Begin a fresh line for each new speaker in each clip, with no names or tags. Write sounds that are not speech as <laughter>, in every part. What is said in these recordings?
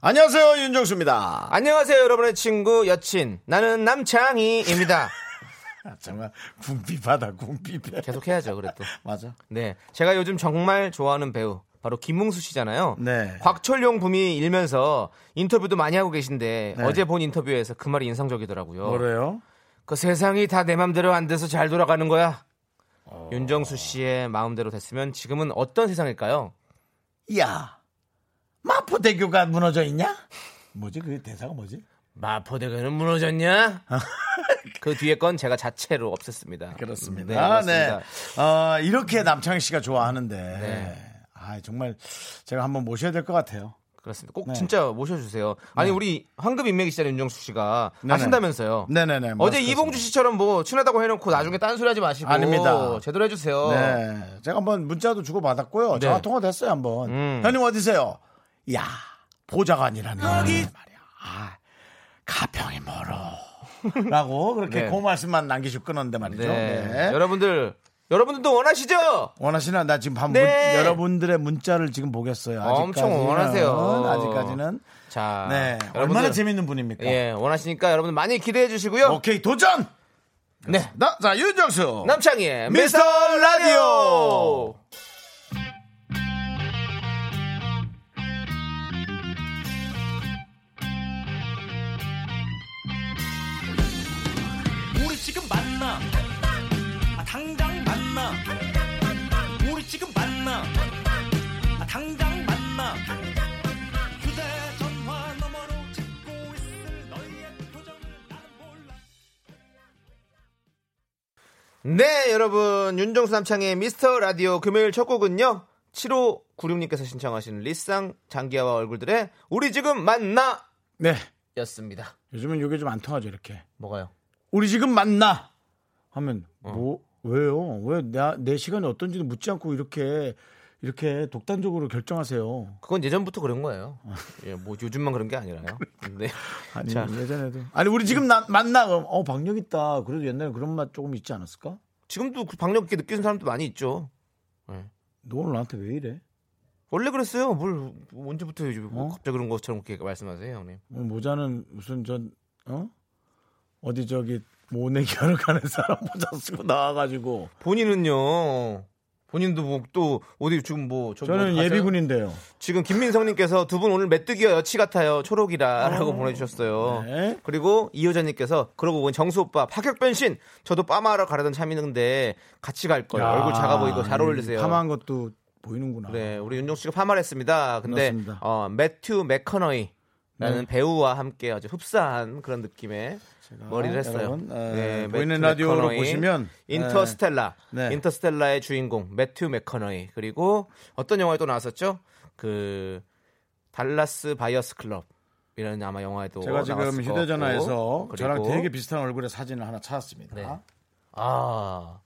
안녕하세요 윤정수입니다.
안녕하세요, 여러분의 친구 여친 나는 남창희입니다. <laughs>
아, 정말 군비바다 군비배.
계속 해야죠, 그래도.
맞아.
네, 제가 요즘 정말 좋아하는 배우 바로 김웅수 씨잖아요.
네.
곽철용 붐이 일면서 인터뷰도 많이 하고 계신데
네.
어제 본 인터뷰에서 그 말이 인상적이더라고요.
어. 뭐래요?
그 세상이 다 내 맘대로 안 돼서 잘 돌아가는 거야.
어.
윤정수 씨의 마음대로 됐으면 지금은 어떤 세상일까요?
야 마포대교가 무너져 있냐? 뭐지 그 대사가 뭐지? <laughs>
마포대교는 무너졌냐? 그 뒤에 건 제가 자체로 없앴습니다.
그렇습니다.
네,
아,
맞습니다.
네. 어, 이렇게 남창희 씨가 좋아하는데
네.
아, 정말 제가 한번 모셔야 될 것 같아요.
그렇습니다. 꼭
네.
진짜 모셔주세요. 아니 우리 황금 인맥이 시절 윤정수 씨가
네네.
아신다면서요.
네네네, 맞습니다.
어제 이봉주 씨처럼 뭐 친하다고 해놓고 나중에 딴소리 하지 마시고
아닙니다.
제대로 해주세요.
네. 제가 한번 문자도 주고 받았고요.
네. 음.
전화 통화 됐어요, 한번. 형님 어디세요? 야, 보좌관이라는 거기 말이야. 아, 가평이 멀어. <laughs> 라고 그렇게
네.
고그 말씀만 남기시고 끊었는데 말이죠.
네.
네.
여러분들 여러분들도 원하시죠?
원하시나 나 지금 한
네.
문- 여러분들의 문자를 지금 보겠어요. 아직까지는. 어,
엄청 원하세요.
아직까지는.
자,
네.
여러분들,
얼마나 재밌는 분입니까?
예, 원하시니까 여러분들 많이 기대해 주시고요.
오케이 도전.
네,
나, 자 윤정수.
남창희의
미스터
미스터
라디오.
라디오.
우리 지금 만나 아, 당장 만나 우리 지금 만나 아, 당장 만나 휴대전화 너머로 찍고 있을 너희의 표정을 나는 몰라
네, 여러분 윤정수 남창의 미스터 라디오 금요일 첫 곡은요. 7596님께서 신청하신 리쌍 장기하와 얼굴들의 우리 지금 만나
네.
였습니다.
요즘은 요게 좀 안 통하죠 이렇게.
뭐가요?
우리 지금 만나 하면
어.
뭐 왜요? 왜 나 내 시간이 어떤지도 묻지 않고 이렇게 이렇게 독단적으로 결정하세요.
그건 예전부터 그런
<laughs>
거예요. 예, 뭐 요즘만 그런 게 아니라요. 네.
아니
자,
예전에도 아니 우리 지금 나- 만나 그럼 어 박력 있다. 그래도 옛날에 그런 맛 조금 있지 않았을까?
지금도 그 박력 있게 느끼는 사람도 많이 있죠.
너 오늘 나한테 왜 이래?
원래 그랬어요. 뭘 언제부터 요즘 뭐
어?
갑자기 그런 것처럼 그렇게 말씀하세요, 형님.
오늘 어, 모자는 무슨 전 어? 어디 저기 모내기 하러 가는 사람 모자 쓰고 나와가지고
본인은요. 본인도 뭐 또 어디 지금 뭐 저기
저는
어디 가세요?
예비군인데요.
지금 김민성님께서 두 분 오늘 메뚜기와 여치 같아요. 초록이라라고 보내주셨어요.
네.
그리고 이효자님께서 그러고 보니 정수 오빠 파격 변신. 저도 빠마하러 가려던 참이는데 같이 갈 거예요.
야,
얼굴 작아 보이고 잘 어울리세요.
파마한 것도 보이는구나.
그래 네, 우리 윤종 씨가 파마를 했습니다. 근데
그렇습니다. 네.
어, 매튜 맥커너이라는 배우와 함께 아주 흡사한 그런 느낌의 머리를 했어요. 네,
여러분, 에,
매튜
보이는 라디오로
맥커너이,
보시면,
인터스텔라,
네.
인터스텔라의 주인공 매튜 맥커너이 그리고 어떤 영화에 또 나왔었죠? 그 달라스 바이어스 클럽. 이런 아마 영화에도
제가 지금
나왔을 것
휴대전화에서
같고.
저랑
그리고
되게 비슷한 얼굴의 사진을 하나 찾았습니다.
네. 아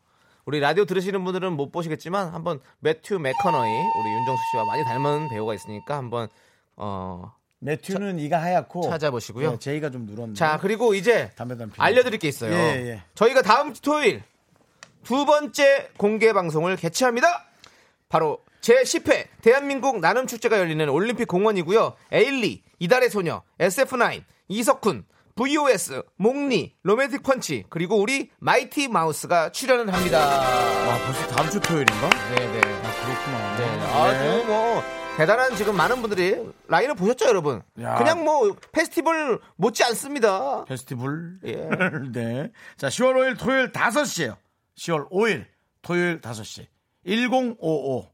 우리 라디오 들으시는 분들은 못 보시겠지만 한번 매튜 맥커너이 우리 윤정수 씨와 많이 닮은 배우가 있으니까 한번 어,
매튜는 이가 하얗고
찾아보시고요.
네, 제이가 좀 누런데.
자 그리고 이제
담배 담배.
알려드릴 게 있어요.
예, 예.
저희가 다음 주 토요일 두 번째 공개 방송을 개최합니다. 바로 제 10회 대한민국 나눔 축제가 열리는 올림픽 공원이고요. 에일리, 이달의 소녀, SF9, 이석훈, VOS, 몽니, 로맨틱 펀치 그리고 우리 마이티 마우스가 출연을 합니다.
아 벌써 다음 주 토요일인가?
네네.
아, 그렇구나.
네.
네.
아주 뭐 대단한 지금 많은 분들이 라인을 보셨죠, 여러분?
야.
그냥 뭐 페스티벌 못지 않습니다.
페스티벌.
예.
<laughs> 네. 자, 10월 5일 토요일 5시에요. 10월 5일 토요일 5시. 1055.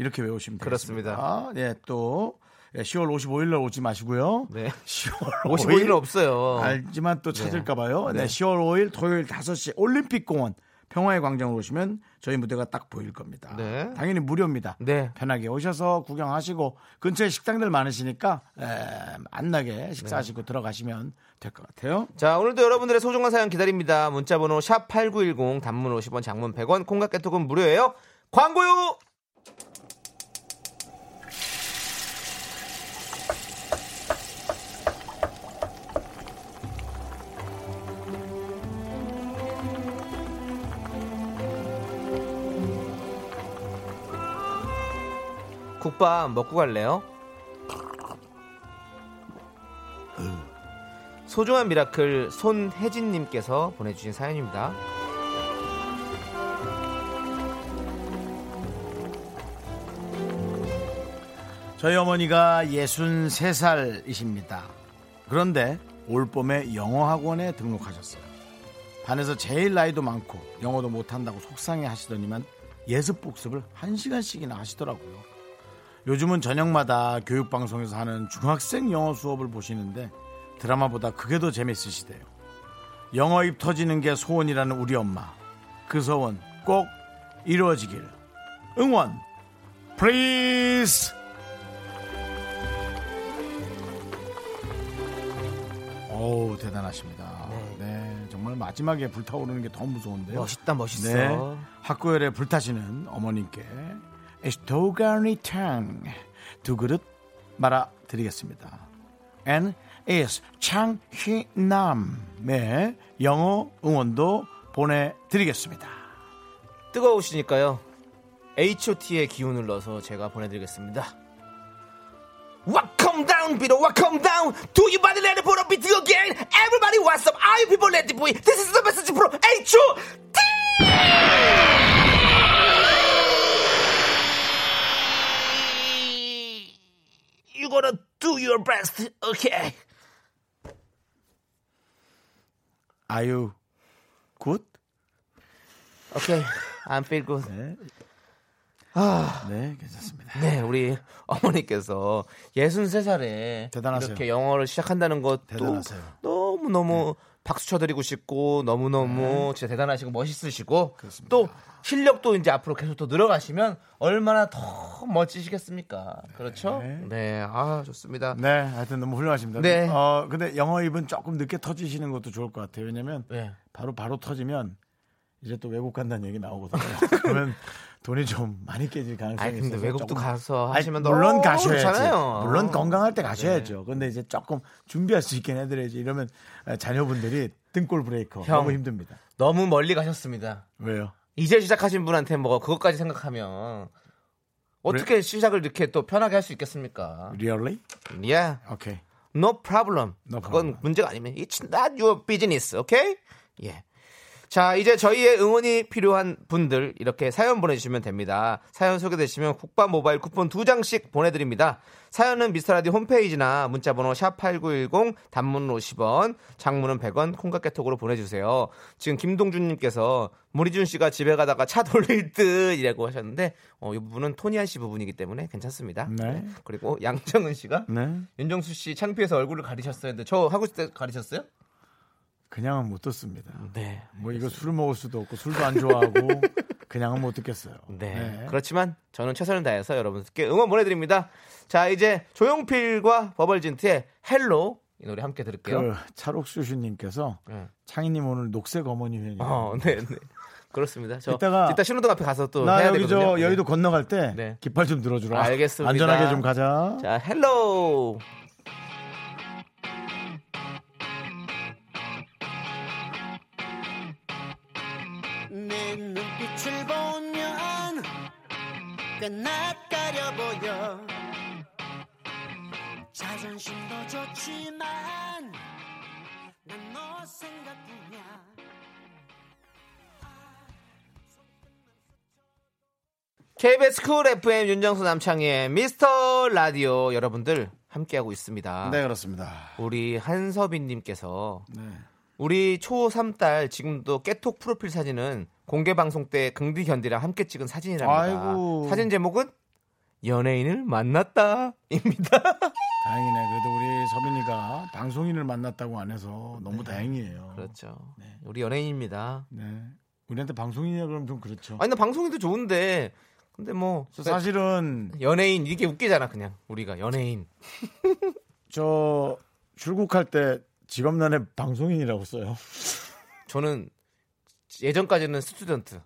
이렇게 외우시면
그렇습니다.
되겠습니다. 예, 또 예, 10월 55일 날 오지 마시고요.
네.
10월
55일은
5일
없어요.
네,
네.
알지만 또 찾을까 봐요. 네. 10월 5일 토요일 5시 올림픽 공원 평화의 광장으로 오시면 저희 무대가 딱 보일 겁니다.
네.
당연히 무료입니다.
네.
편하게 오셔서 구경하시고 근처에 식당들 많으시니까 에, 안 나게
네.
식사하시고 들어가시면 될 것 같아요.
자, 오늘도 여러분들의 소중한 사연 기다립니다. 문자번호 샵8910 단문 50원 장문 100원 콩깍개톡은 무료예요. 광고요! 국밥 먹고 갈래요? 소중한 미라클 손혜진님께서 보내주신 사연입니다.
저희 어머니가 63살이십니다. 그런데 올 봄에 영어 학원에 등록하셨어요. 반에서 제일 나이도 많고 영어도 못한다고 속상해 하시더니만 예습 복습을 1시간씩이나 하시더라고요. 요즘은 저녁마다 교육방송에서 하는 중학생 영어 수업을 보시는데 드라마보다 그게 더 재밌으시대요. 영어 입 터지는 게 소원이라는 우리 엄마. 그 소원 꼭 이루어지길. 응원! 프리스! 어우 대단하십니다. 네. 정말 마지막에 불타오르는 게 더 무서운데요.
멋있다, 멋있어.
네, 학구열에 불타시는 어머님께 도가니탕 두 그릇 말아 드리겠습니다. And is 창희남의 영어 응원도 보내드리겠습니다.
뜨거우시니까요. H.O.T.의 기운을 넣어서 제가 보내드리겠습니다. Welcome down, Peter. Welcome down. Do you body let it put up beat again? Everybody, what's up? Are you people let it boy? This is the message from H.O.T. You gotta do your best, okay?
아유 굿.
Okay, I'm feel good.
네. 네 괜찮습니다.
네, 우리 어머니께서 63살에
대단하세요.
이렇게 영어를 시작한다는 것도
대단하세요. 네.
너무너무 박수 쳐드리고 싶고 너무너무 진짜 대단하시고 멋있으시고 또 실력도 이제 앞으로 계속 또 늘어가시면 얼마나 더 멋지시겠습니까? 그렇죠? 네, 아 좋습니다.
네 하여튼 너무 훌륭하십니다.
네.
어 근데 영어 입은 조금 늦게 터지시는 것도 좋을 것 같아요. 왜냐면
네.
바로 바로 터지면 이제 또 외국 간다는 얘기 나오거든요. <laughs> 그러면 돈이 좀 많이 깨질 가능성이
아니, 근데
있어서
외국도
조금-
가서
네. 아니,
하시면
물론
너무
가셔야지.
좋잖아요. 네.
물론 건강할 때 가셔야죠. 근데 이제 조금 준비할 수 있게 해드려야지. 이러면 아, 자녀분들이 등골 브레이커
형.
너무 힘듭니다.
너무 멀리 가셨습니다.
왜요?
이제 시작하신 분한테 뭐 그것까지 생각하면 어떻게 시작을 이렇게 또 편하게 할 수 있겠습니까? 예.
Really?
Yeah.
오케이.
No problem.
No
그건
problem.
문제가 아니면 it's not your business. 오케이? 예. 자, 이제 저희의 응원이 필요한 분들 이렇게 사연 보내주시면 됩니다. 사연 소개되시면 국밥 모바일 쿠폰 두 장씩 보내드립니다. 사연은 미스터라디 홈페이지나 문자번호 샵8910 단문 50원, 장문은 100원, 콩깍개톡으로 보내주세요. 지금 김동준님께서 무리준 씨가 집에 가다가 차 돌릴 듯 이라고 하셨는데 어, 이 부분은 토니안 씨 부분이기 때문에 괜찮습니다.
네.
그리고 양정은 씨가
네. 했
수씨 창피해서 얼굴을 가리셨어요. 근데 저 하고 있을 때 가리셨어요?
그냥은 못 듣습니다.
네.
뭐 이거 술 먹을 수도 없고 술도 안
<laughs>
좋아하고 그냥은 못 듣겠어요.
네. 그렇지만 저는 최선을 다해서 여러분께 응원 보내드립니다. 자, 이제 조용필과 버벌진트의 헬로 이 노래 함께 들을게요.
그 찰옥수슈님께서
네.
창희님 오늘 녹색 어머니 회원이
어, 네, 네. 그렇습니다. 저
이따가-
이따 신호등 앞에 가서 또
나
해야
여기
되거든요.
저 여의도 건너갈 때
네.
깃발 좀 들어주라.
알겠습니다.
안전하게 좀 가자.
네. 자, 헬로.
내 눈빛을 보면 꽤 낯가려 보여 자존심도 좋지만 난 너 생각뿐이야
KBS 쿨 FM 윤정수 남창희의 미스터 라디오 여러분들 함께하고 있습니다.
네 그렇습니다.
우리 한서빈님께서
네.
우리 초3딸 지금도 깨톡 프로필 사진은 공개 방송 때 긍디 견디랑 함께 찍은 사진이랍니다.
아이고.
사진 제목은 연예인을 만났다입니다.
다행이네. 그래도 우리 서민이가
네.
방송인을 만났다고 안 해서 너무 다행이에요.
그렇죠. 우리 연예인입니다.
네. 우리한테 방송인이라 그러면 좀 그렇죠.
아니 나 방송인도 좋은데 근데 뭐
그래서 사실은
연예인 이게 웃기잖아 그냥 우리가 연예인
저 출국할 때 직업란에 방송인이라고 써요.
저는 예전까지는 스튜던트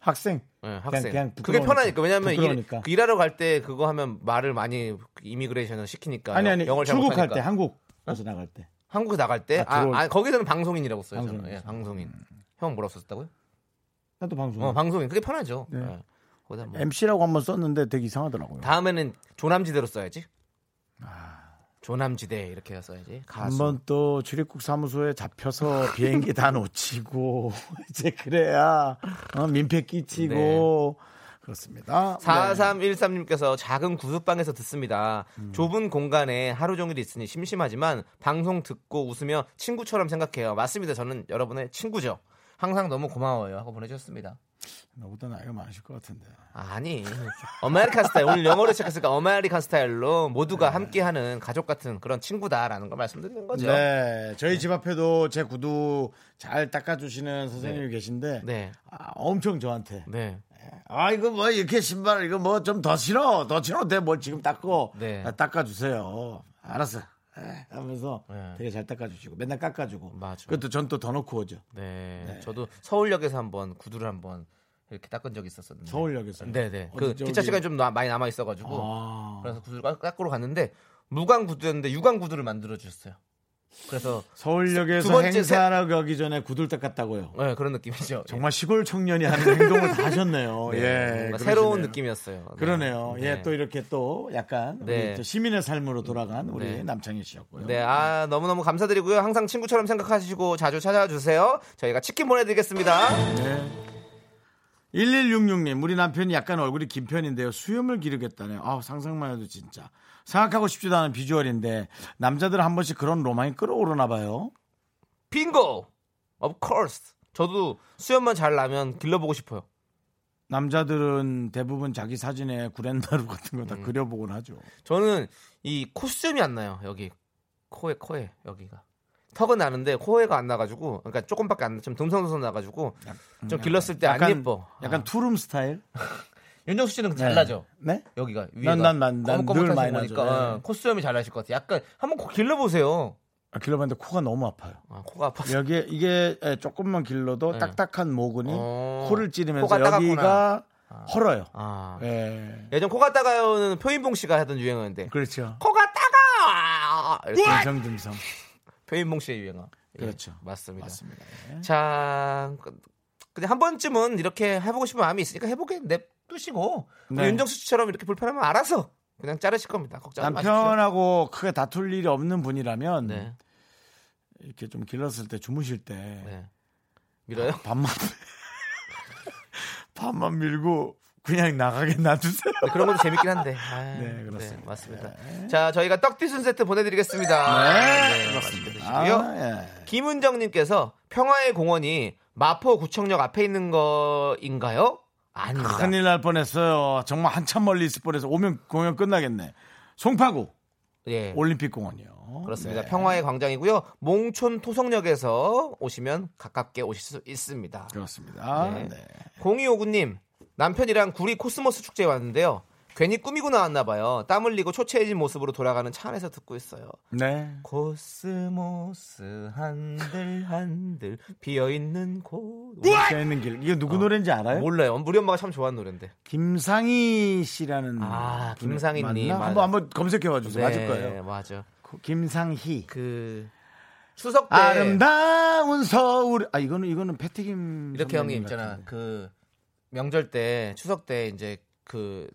학생.
예, 학생
그냥
그게
부끄러우니까.
편하니까 왜냐하면 일,
부끄러우니까.
그 일하러 갈 때 그거 하면 말을 많이 이미그레이션을 시키니까
아니 아니
영어를 잘
출국할
못하니까.
때 한국 어서 나갈 때
한국에 나갈 때
아,
아,
들어올
아, 거기서는 방송인이라고 써요 저는.
방송인.
예, 방송인 형 뭐라고 썼다고요?
나도 방송.
어 방송인 그게 편하죠
음. 네.
예. 거기다 뭐.
MC라고 한번 썼는데 되게 이상하더라고요.
다음에는 조남지대로 써야지 조남지대 이렇게 써야지 가수
아. 한번 또 출입국 사무소에 잡혀서 <laughs> 비행기 다 놓치고 <laughs> 이제 그래야 어, 민폐
네.
끼치고 그렇습니다. 네.
4313님께서 작은 구두방에서 듣습니다.
음.
좁은 공간에 하루 종일 있으니 심심하지만 방송 듣고 웃으며 친구처럼 생각해요. 맞습니다. 저는 여러분의 친구죠. 항상 너무 고마워요. 하고 보내주셨습니다.
네. 나보다 나이가 많으실 것 같은데.
아니, 아메리칸 스타일. 오늘 영어로 시작했으니까 아메리칸 스타일로
네.
모두가 함께하는 가족 같은 그런 친구다라는 걸 말씀드리는 거죠. 네.
네, 저희 집 앞에도 제 구두 잘 닦아주시는 선생님이 계신데
네.
아, 엄청 저한테 아 이거 뭐 이렇게 신발 이거 뭐 좀 더 신어 더 신어도 돼뭘 지금 닦고
네.
아, 닦아주세요 알았어 에, 하면서
네.
되게 잘 닦아주시고 맨날 깎아주고
맞아.
그것도 전 또 더 넣고 오죠
네. 저도 서울역에서 한번 구두를 한번 이렇게 닦은 적이 있었었는데.
서울역에서
네네. 그 기차 시간이 좀 나- 많이 남아 있어가지고
아.
그래서 구두를 깎- 깎으러 갔는데 무광 구두였는데 유광 구두를 만들어 주셨어요. 그래서 두
서울역에서
번째
행사하러 가기 전에 구두를 닦았다고요
네, 그런 느낌이죠.
정말 시골 청년이 하는 행동을 다 하셨네요
네,
예
뭔가
그러시네요.
새로운 느낌이었어요. 네.
그러네요
네.
예또 이렇게 또 약간 우리
네.
저 시민의 삶으로 돌아간 우리
네.
남창희 씨였고요
네, 아 너무 너무 감사드리고요. 항상 친구처럼 생각하시고 자주 찾아주세요. 저희가 치킨 보내드리겠습니다.
1166님, 우리 남편이 약간 얼굴이 긴 편인데요. 수염을 기르겠다네요. 아, 상상만 해도 진짜. 생각하고 싶지도 않은 비주얼인데, 남자들 한 번씩 그런 로망이 끌어오르나 봐요.
빙고, of course. 저도 수염만 잘 나면 길러보고 싶어요.
남자들은 대부분 자기 사진에 구렛나루 같은
음.
거 다 그려보곤 하죠.
저는 이 코수염이 안 나요. 여기 코에 코에 여기가 턱은 나는데 코에가 안 나가지고 그러니까 조금밖에 안 나. 좀 듬성듬성 나가지고 좀 길렀을 때 안
음, 약간-
예뻐. 아.
약간 투룸 스타일?
윤정수 씨는 잘 나죠.
네?
여기가
난- 난- 난- 난늘 많이 나죠.
보니까
네.
코수염이 잘 나실 것 같아요. 약간 한번 코 길러보세요.
아, 길러봤는데 코가 너무 아파요.
아, 코가 아파서
여기에, 이게 예, 조금만 길러도
네.
딱딱한 모근이
어,
코를 찌르면서
코가 따갑구나.
여기가 헐어요.
아.
예.
예전 코가 따가요는 표인봉 씨가 하던 유행어인데
그렇죠.
코가 따가.
듬성듬성.
표인봉 씨의 유행어. 예,
그렇죠.
맞습니다.
맞습니다.
자, 그- 근데 한 번쯤은 이렇게 해보고 싶은 마음이 있으니까 해보게 냅두시고 우리
네.
윤정수 씨처럼 이렇게 불편하면 알아서 그냥 자르실 겁니다. 걱정 마십시오.
남편하고 크게 다툴 일이 없는 분이라면
네,
이렇게 좀 길렀을 때 주무실 때
네.
<laughs>
밀어요.
밤만 밤만 밀고 그냥 나가게 놔두세요.
네, 그런 것도 재밌긴 한데. 아,
네, 그렇습니다. 네.
맞습니다. 자, 저희가 떡튀순 세트 보내드리겠습니다. 맛있게 아, 네, 드시고요.
아, 예.
김은정님께서 평화의 공원이 마포구청역 앞에 있는 거인가요? 아닙니다.
큰일 날 뻔했어요. 정말 한참 멀리 있을 뻔해서 오면 공연 끝나겠네. 송파구
예.
올림픽 공원이요.
그렇습니다.
네.
평화의 광장이고요. 몽촌 토성역에서 오시면 가깝게 오실 수 있습니다.
그렇습니다.
네.
네.
공이오구님 남편이랑 구리 코스모스 축제에 왔는데요. 괜히 꾸미고 나왔나 봐요. 땀 흘리고 초췌해진 모습으로 돌아가는 차 안에서 듣고 있어요.
네.
코스모스 한들 한들 비어 있는 곳.
우리 있는 길. 이거 누구 노래인지 알아요?
어. 몰라요. 우리 엄마가 참 좋아하는 노래인데.
김상희 씨라는
아,
분이
김상희님,
맞나?
맞아.
한번 한번 검색해 봐 주세요. 맞을
네,
거예요.
맞아.
김상희.
그 추석 때
아름다운 서울. 아 이거는 이거는 패티김
이렇게 형님
선배님
있잖아.
같은데.
그 명절 때 추석 때 이제 그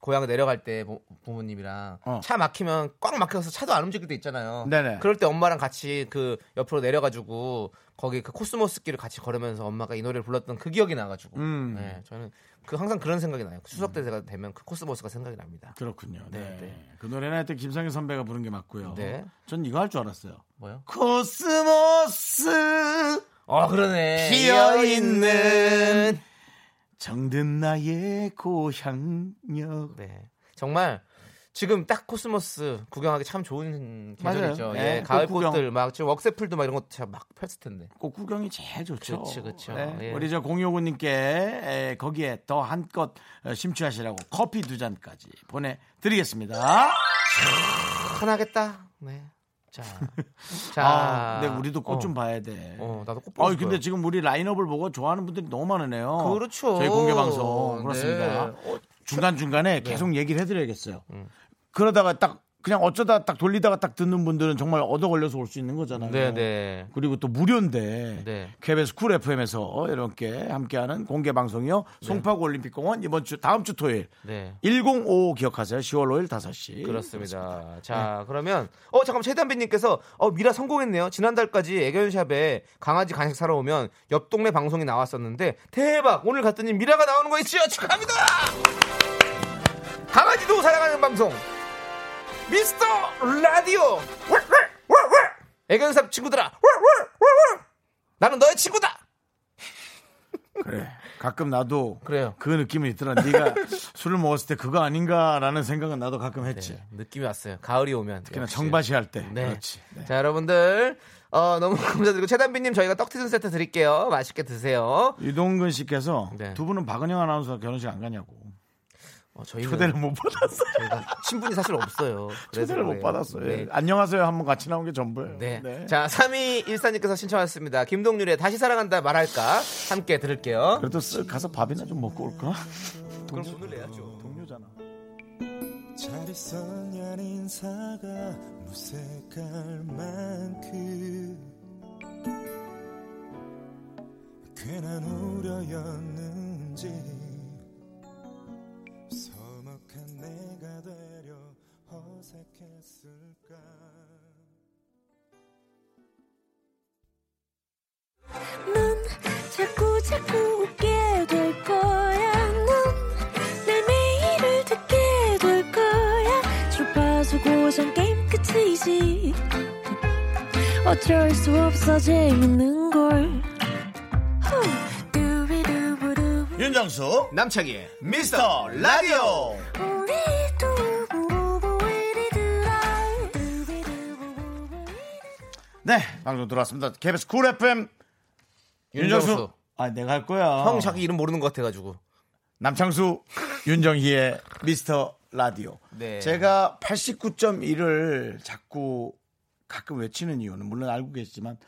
고향 내려갈 때 부- 부모님이랑
어.
차 막히면 꽉 막혀서 차도 안 움직일 때 있잖아요.
네네.
그럴 때 엄마랑 같이 그 옆으로 내려가지고 거기 그 코스모스 길을 같이 걸으면서 엄마가 이 노래를 불렀던 그 기억이 나가지고.
음.
네, 저는 그 항상 그런 생각이 나요. 추석 때 제가 되면 그 코스모스가 생각이 납니다.
그렇군요. 네.
네, 네.
그 노래는 하여튼 김상희 선배가 부른 게 맞고요.
네.
전 이거 할 줄 알았어요.
뭐요?
코스모스
어 그러네.
피어 있는 정든 나의 고향역.
네. 정말 지금 딱 코스모스 구경하기 참 좋은 계절이죠.
맞아요.
예,
네,
가을
꽃 구경.
꽃들 막 지금 웍세풀도 막 이런 것도 참 막 폈을 텐데.
꽃그 구경이 제일 좋죠. 네.
그치, 그쵸. 예.
우리 저 공효구님께 에, 거기에 더 한껏 어, 심취하시라고 커피 두 잔까지 보내드리겠습니다.
편하겠다. 네.
<laughs>
자. 자.
아, 근데 우리도 꽃 좀
어,
봐야 돼.
어, 나도 꽃 보고
어, 근데
싶어요.
지금 우리 라인업을 보고 좋아하는 분들이 너무 많으네요.
그렇죠.
저희 공개 방송
네. 음.
그렇습니다. 중간 중간에 계속 얘기를 해드려야겠어요. 그러다가 딱 그냥 어쩌다 딱 돌리다가 딱 듣는 분들은 정말 얻어 걸려서 올 수 있는 거잖아요.
네, 네.
그리고 또 무료인데
네.
KBS 쿨 FM에서 이렇게 함께하는 공개 방송이요. 송파구 올림픽공원 이번 주 다음 주 토요일
네.
1055 기억하세요. 10월 5일 5시.
예, 그렇습니다. 자, 그러면 어 잠깐 최단비님께서 어 미라 성공했네요. 지난달까지 애견샵에 강아지 간식 사러 오면 옆 동네 방송이 나왔었는데 대박 오늘 갔더니 미라가 나오는 거 있죠 축하합니다. 강아지도 사랑하는 방송 미스터 라디오 애견샵 친구들아 나는 너의 친구다.
그래. 가끔 나도
그래요.
그 느낌이 있더라. 네가 <laughs> 술을 먹었을 때 그거 아닌가라는 생각은 나도 가끔
네.
했지.
예, 느낌이 왔어요. 가을이 오면
그냥
역시.
청바지 할 때.
네.
그렇지. 네.
자, 여러분들. 어, 너무 <laughs> 감사드리고 최단비님 저희가 떡튀순 세트 드릴게요. 맛있게 드세요.
유동근 씨께서
네.
두 분은 박은영 아나운서 결혼식 안 가냐고
어, 저희는
초대를 못 받았어요.
저희가 친분이 사실 없어요.
<laughs>
그래서
초대를 못
그래요.
받았어요.
네.
안녕하세요. 한번 같이 나온 게 전부예요.
네. 자, 3위 일사님께서 신청하셨습니다. 김동률의 다시 사랑한다 말할까? 함께 들을게요.
그래도 쓱 가서 밥이나 좀 먹고 올까?
그럼 돈을 내야죠.
동료잖아.
잘 있었냐는 인사가 무색할 만큼 괜한 우려였는지 서먹한 내가 되려 어색했을까
넌 자꾸 자꾸 웃게 될 거야. 넌내 매일을 듣게 될 거야. 주파수 고정 게임 끝이지. 어쩔 수 없어 재밌는 걸. 후. 두비두부두부.
윤정수
남창희의
미스터 라디오.
우리 두부부부 우리 두라. 두비두부부부 우리
네 방송 들어왔습니다. KBS 쿨 FM 윤정수.
윤정수.
아 내가 할 거야.
형 자기 이름 모르는 것 같아가지고.
남창수 윤정희의 미스터 라디오.
네.
제가 89.1을 자꾸 가끔 외치는 이유는 물론 알고 계시지만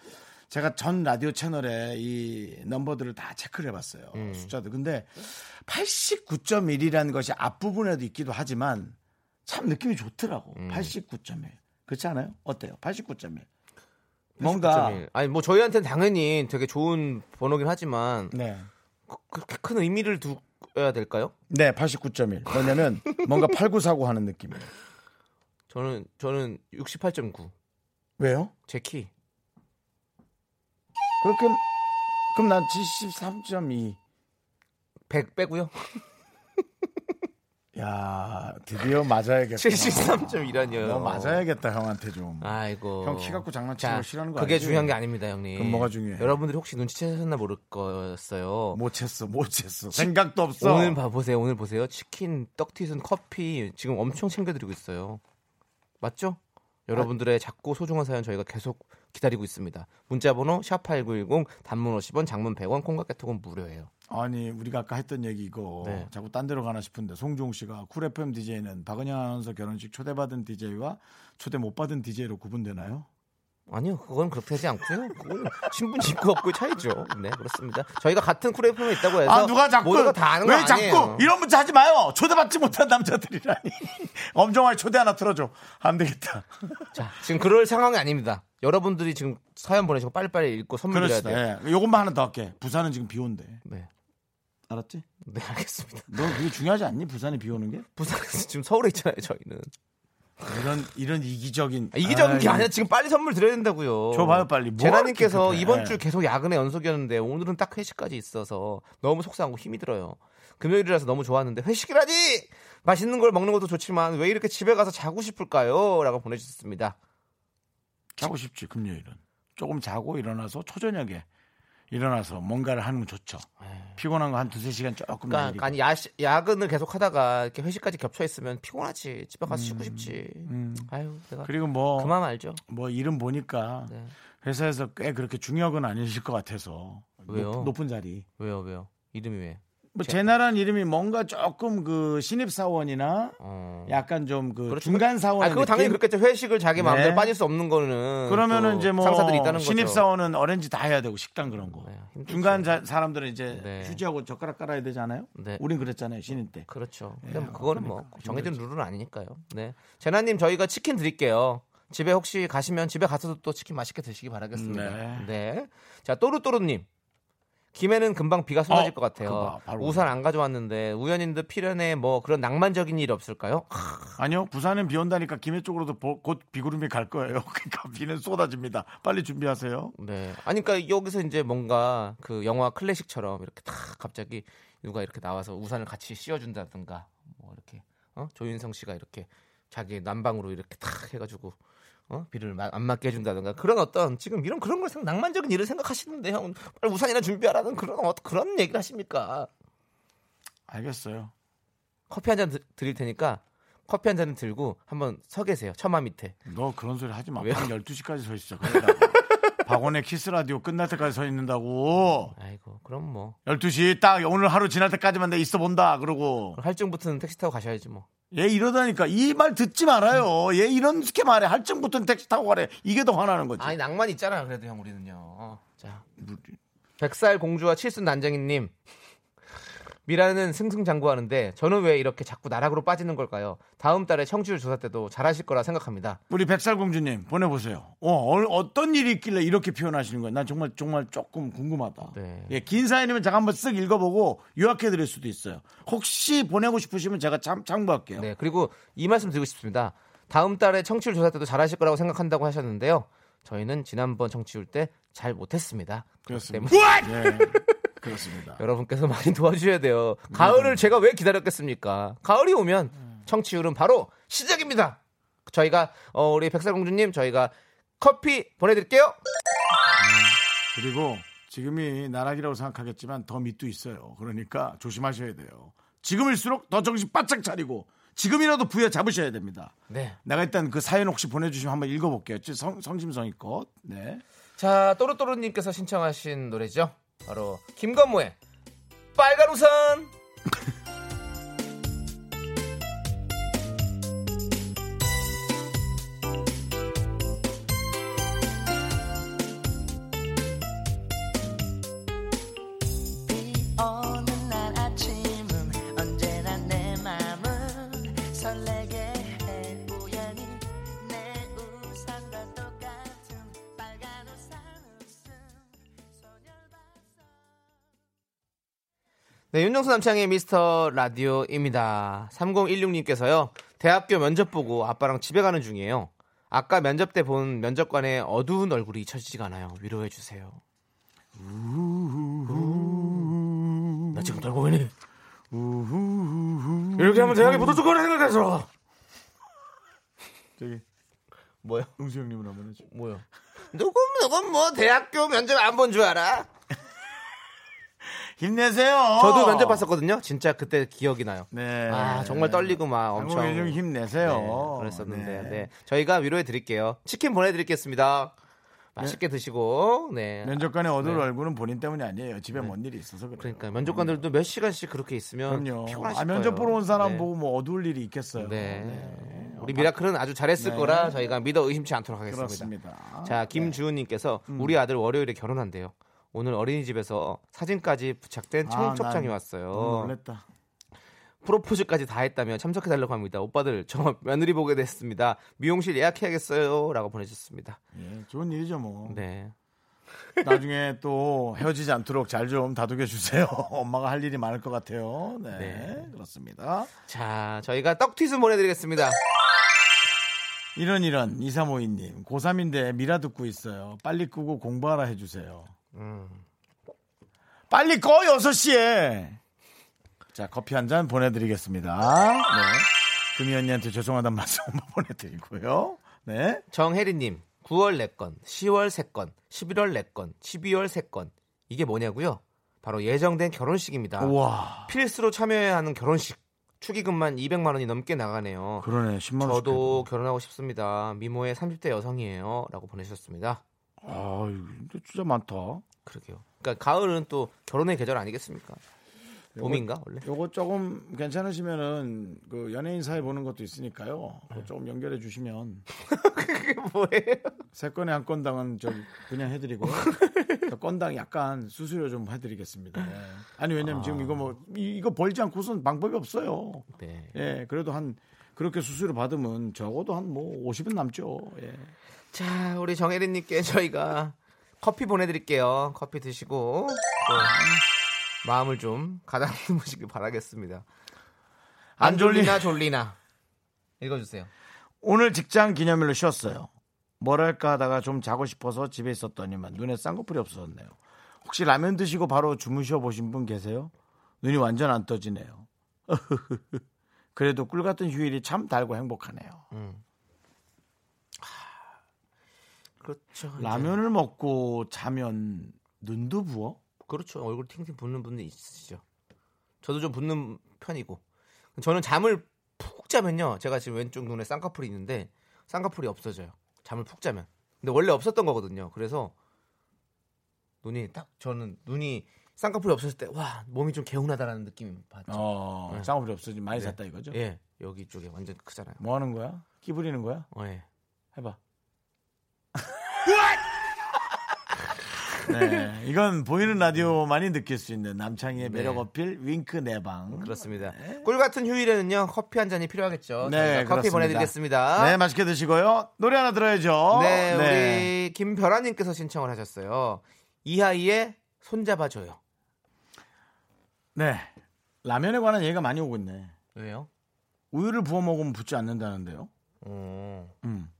제가 전 라디오 채널에 이 넘버들을 다 체크를 해봤어요 숫자들. 근데 89.1이라는 것이 앞부분에도 있기도 하지만 참 느낌이 좋더라고. 89.1 그렇지 않아요? 어때요? 89.1 뭔가
89.1. 아니 뭐 저희한테는 당연히 되게 좋은 번호긴 하지만
네.
그- 그렇게 큰 의미를 두어야 될까요?
네, 89.1. 왜냐면 뭔가 8949 하는 느낌이에요.
저는 저는 68.9.
왜요?
제 키.
그렇게 그럼 난 73.2.
100 빼고요. <laughs>
야, 드디어 맞아야겠다.
73.2라뇨.
너 맞아야겠다 형한테 좀.
아이고.
형키 갖고 장난치는
자,
거 싫어하는 거
그게
아니지?
중요한 게 아닙니다, 형님.
그럼 뭐가 중요해? 뭐
여러분들이 혹시 눈치채셨나 모를 거였어요.
못 챘어, 못 챘어. 생각도 없어.
오늘 봐 보세요. 오늘 보세요. 치킨, 떡튀순, 커피 지금 엄청 챙겨 드리고 있어요. 맞죠? 여러분들의 작고 소중한 사연 저희가 계속 기다리고 있습니다. 문자 번호 샵8910 단문 50원, 장문 100원, 콩깍개톡은 무료예요.
아니 우리가 아까 했던 얘기 이거
네.
자꾸 딴 데로 가나 싶은데 송종 씨가 쿨 FM DJ는 박은영 아나운서 결혼식 초대받은 DJ와 초대 못 받은 DJ로 구분되나요?
아니요, 그건 그렇게 하지 않고요. 그건 친분 있고 없고의 차이죠. 네, 그렇습니다. 저희가 같은 쿨 f m 에 있다고 해서
아 누가 자꾸
모두가 다 아는 거
왜 자꾸
아니에요.
이런 문자 하지 마요. 초대받지 못한 남자들이라니. <laughs> 엄정화의 초대 하나 틀어줘. 안 되겠다.
자, 지금 그럴 상황이 아닙니다. 여러분들이 지금 사연 보내시고 빨리빨리 읽고 선물 드려야 돼요.
그렇습니다. 예. 요것만 하나 더 할게. 부산은 지금 비 온대.
네.
알았지?
네, 알겠습니다.
너 그게 중요하지 않니? 부산에 비 오는 게?
부산에서 지금 서울에 있잖아요, 저희는.
이런 이런 이기적인
아, 이기적인 게
아이,
아니라 지금 빨리 선물 드려야 된다고요.
줘봐요, 빨리. 뭐 이렇게
재나님께서
급해.
이번
예.
주 계속 야근의 연속이었는데 오늘은 딱 회식까지 있어서 너무 속상하고 힘이 들어요. 금요일이라서 너무 좋았는데 회식이라니! 맛있는 걸 먹는 것도 좋지만 왜 이렇게 집에 가서 자고 싶을까요? 라고 보내주셨습니다.
자고 싶지 금요일은. 조금 자고 일어나서 초저녁에 일어나서 뭔가를 하는 건 좋죠. 피곤한 거 한 두세 시간 조금
네.
날리고.
그러니까 아니 야, 야근을 계속 하다가 이렇게 회식까지 겹쳐 있으면 피곤하지. 집에 가서 쉬고 싶지. 아유, 내가
음, 그리고 뭐,
그만 알죠.
뭐 이름 보니까
네.
회사에서 꽤 그렇게 중요한 아니실 것 같아서.
왜요?
높, 은 자리.
왜요, 왜요? 이름이 왜?
뭐 제나란 이름이 뭔가 조금 그 신입사원이나
어.
약간 좀 그
그렇죠.
중간 사원.
아, 그거 당연히 그렇겠죠. 회식을 자기 마음대로 빠질 수 없는 거는
네. 그러면은
또
이제 뭐
상사들이 있다는
신입
거죠.
사원은 어렌지 다 해야 되고 식당 그런 거.
네, 힘들죠.
중간 자- 사람들은 이제
네.
휴지하고 젓가락 깔아야 되잖아요.
네.
우린 그랬잖아요 신인 때.
그렇죠.
예,
그냥 뭐 그거는 뭐
그러니까.
정해진 룰은 아니니까요. 네. 재나님 저희가 치킨 드릴게요. 집에 혹시 가시면 집에 가서도 또 치킨 맛있게 드시기 바라겠습니다.
네.
네. 자 또르또르님. 김해는 금방 비가 쏟아질
어,
것 같아요.
그거 봐, 바로
우산 안 가져왔는데 우연인 듯 필연에 뭐 그런 낭만적인 일 없을까요? 하,
아니요 부산은 비 온다니까 김해 쪽으로도 보- 곧 비구름이 갈 거예요. <laughs> 그러니까 비는 쏟아집니다. 빨리 준비하세요.
네. 아니 그러니까 여기서 이제 뭔가 그 영화 클래식처럼 이렇게 탁 갑자기 누가 이렇게 나와서 우산을 같이 씌워준다든가 뭐 이렇게 어? 조윤성 씨가 이렇게 자기 난방으로 이렇게 탁 해가지고 어? 비를 마- 안 맞게 해준다든가 그런 어떤 지금 이런 그런 걸 생각, 낭만적인 일을 생각하시는데 형 빨리 우산이나 준비하라는 그런 어, 그런 얘기를 하십니까?
알겠어요.
커피 한 잔 드릴 테니까 커피 한 잔 들고 한번 서 계세요 처마 밑에
너 그런 소리 하지 마. 밤
왜요?
12시까지 서 있어. 그러다가. 박원의 키스 라디오 끝날 때까지 서 있는다고.
아이고 그럼 뭐
12시 딱 오늘 하루 지날 때까지만 내 있어 본다. 그러고
그럼 할증 붙은 택시 타고 가셔야지 뭐
얘 이러다니까 이 말 듣지 말아요. 얘 이런 게 말해. 할증 붙은 택시 타고 가래. 이게 더 화나는 거지.
아니 낭만 있잖아 그래도 형 우리는요. 어, 자 백살 공주와 칠순 난쟁이님 미라는 승승장구하는데 저는 왜 이렇게 자꾸 나락으로 빠지는 걸까요? 다음 달에 청취율 조사 때도 잘하실 거라 생각합니다.
우리 백살공주님 보내보세요. 어, 어, 떤 일이 있길래 이렇게 표현하시는 거예요? 난 정말 정말 조금 궁금하다.
네.
예, 긴 사연이면 제가 한번 쓱 읽어보고 요약해드릴 수도 있어요. 혹시 보내고 싶으시면 제가 참 참고할게요.
네 그리고 이 말씀 드리고 싶습니다. 다음 달에 청취율 조사 때도 잘하실 거라고 생각한다고 하셨는데요. 저희는 지난번 청취율 때 잘 못했습니다. 그렇기 때문에
그렇습니다.
<laughs>
예, 그렇습니다.
아. 여러분께서 많이 도와주셔야 돼요. 가을을 제가 왜 기다렸겠습니까? 가을이 오면 청취율은 바로 시작입니다. 저희가 어, 우리 백설공주님 저희가 커피 보내드릴게요.
그리고 지금이 나락이라고 생각하겠지만 더 밑도 있어요. 그러니까 조심하셔야 돼요. 지금일수록 더 정신 바짝 차리고 지금이라도 부여 잡으셔야 됩니다.
네.
내가 일단 그 사연 혹시 보내주시면 한번 읽어볼게요. 지- 성, 성심성의껏. 네.
자 또로또로님께서 신청하신 노래죠. 바로 김건모의 빨간 우산.
비 오는 날 아침은 언제나 내 맘은 설레게 해 우연히 내 우산과 똑같은 빨간 우산 웃음 소녀봤어
네, 윤정수 남창의 미스터 라디오입니다. 3016님께서요, 대학교 면접 보고 아빠랑 집에 가는 중이에요. 아까 면접 때 본 면접관의 어두운 얼굴이 잊혀지지가 않아요. 위로해주세요. 나 지금 떨고 있니? 이렇게 하면 대학에 못 오줄 거라 생각해서.
저기
뭐요?
응수 형님을 한번 해줘.
뭐요? 누군, 누군 뭐 대학교 면접 안 본 줄 알아?
힘내세요.
저도 면접 봤었거든요. 진짜 그때 기억이 나요.
네.
아 정말 떨리고 막 엄청
당국이 좀 힘내세요.
네, 그랬었는데 네. 저희가 위로해 드릴게요 치킨 보내드리겠습니다 맛있게 드시고 네
면접관의 어두운
네.
얼굴은 본인 때문이 아니에요. 집에 뭔 일이 있어서 그래요.
그러니까 면접관들도 몇 시간씩 그렇게 있으면
그럼요.
그러니까 피곤하실
아, 면접
거예요.
보러 온 사람
네.
보고 뭐 어두울 일이 있겠어요.
네.
네.
우리 미라클은 아주 잘했을
네.
거라 저희가 믿어 의심치 않도록 하겠습니다
그렇습니다. 네. 음.
자 김주은님께서 우리 아들 월요일에 결혼한대요 오늘 어린이집에서 사진까지 부착된
아,
청첩장이
난
왔어요
너무 놀랬다.
프로포즈까지 다 했다며 참석해달라고 합니다. 오빠들 저 며느리 보게 됐습니다. 미용실 예약해야겠어요라고 보내주셨습니다.
예, 좋은 일이죠 뭐.
네.
나중에 또 헤어지지 않도록 잘 좀 다독여 주세요. <laughs> 엄마가 할 일이 많을 것 같아요. 네,
네.
그렇습니다.
자 저희가 떡튀순 보내드리겠습니다.
이런 이런 이사모이님 고3인데 미라 듣고 있어요. 빨리 끄고 공부하라 해주세요.
음.
빨리 꺼 6시에. 자 커피 한 잔 보내드리겠습니다. 네. 금희 언니한테 죄송하단 말씀 한번 보내드리고요. 네.
네 정혜리님 9월 4건, 10월 3건, 11월 4건, 12월 3건, 이게 뭐냐고요? 바로 예정된 결혼식입니다.
우와.
필수로 참여해야 하는 결혼식. 축의금만 200만 원이 넘게 나가네요.
그러네. 10만 원.
저도 결혼하고 싶습니다. 미모의 30대 여성이에요. 라고 보내셨습니다.
아, 이거 진짜 많다.
그러게요. 그러니까 가을은 또 결혼의 계절 아니겠습니까?
네,
봄인가 원래?
요거 조금 괜찮으시면은 그 연예인 사회 보는 것도 있으니까요. 그거 조금 연결해 주시면
네. <laughs> 그게 뭐예요?
세 건에 한 건당은 저 그냥 해드리고 건당 약간 수수료 좀 해드리겠습니다. 예. 아니 왜냐면 지금 이거 뭐 이- 이거 벌지 않고선 방법이 없어요.
네.
예, 그래도 한 그렇게 수수료 받으면 적어도 한 뭐 50은 남죠. 예.
자, 우리 정혜린님께 저희가 커피 보내드릴게요. 커피 드시고 또 마음을 좀 가다듬으시길 바라겠습니다. 안 졸리나 졸리나 읽어주세요.
오늘 직장 기념일로 쉬었어요. 뭐랄까 하다가 좀 자고 싶어서 집에 있었더니만 눈에 쌍꺼풀이 없어졌네요. 혹시 라면 드시고 바로 주무셔 보신 분 계세요? 눈이 완전 안 떠지네요. <laughs> 그래도 꿀 같은 휴일이 참 달고 행복하네요.
그렇죠.
라면을 먹고 자면 눈도 부어?
그렇죠. 얼굴 팅팅 붓는 분들 있으시죠. 저도 좀 붓는 편이고. 저는 잠을 푹 자면요. 제가 지금 왼쪽 눈에 쌍꺼풀이 있는데 쌍꺼풀이 없어져요. 잠을 푹 자면. 근데 원래 없었던 거거든요. 그래서 눈이 딱 저는 눈이 쌍꺼풀이 없었을 때 와 몸이 좀 개운하다라는 느낌 받죠.
어,
네.
쌍꺼풀이 없어지 많이
네.
잤다 이거죠?
예, 여기 쪽에 완전 크잖아요.
뭐 하는 거야? 끼부리는 거야?
어, 예.
해봐. 네, 이건 보이는 라디오만이 느낄 수 있는 남창희의 매력
네.
어필 윙크 내방.
그렇습니다. 꿀 같은 휴일에는요 커피 한 잔이 필요하겠죠.
네,
저희가 커피
그렇습니다.
보내드리겠습니다.
네, 맛있게 드시고요. 노래 하나 들어야죠.
네, 우리 김별아님께서 신청을 하셨어요. 이하이의 손잡아줘요.
네. 라면에 관한 얘기가 많이 오고 있네.
왜요?
우유를 부어 먹으면 붓지 않는다는데요.
어.
음.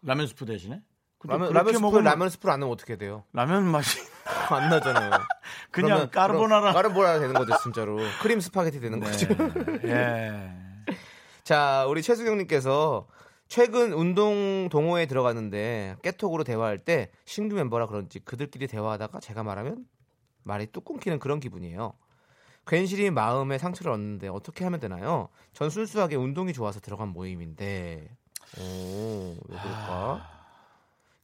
라면 스프 대신에? 근데
라면,
그렇게
라면 스프
먹으면
라면 스프를 안 넣으면 어떻게 돼요? <laughs>
라면 맛이 <laughs>
안 나잖아요.
그냥
그러면-
까르보나라. 네.
그럼 까르보나라 되는 거죠 진짜로. 크림 스파게티 되는 거죠.
예.
자, 우리 최수경님께서 최근 운동 동호회에 들어갔는데 깨톡으로 대화할 때 신규 멤버라 그런지 그들끼리 대화하다가 제가 말하면 말이 뚝 끊기는 그런 기분이에요. 괜시리 마음에 상처를 얻는데 어떻게 하면 되나요? 전 순수하게 운동이 좋아서 들어간 모임인데, 오, 왜 그럴까?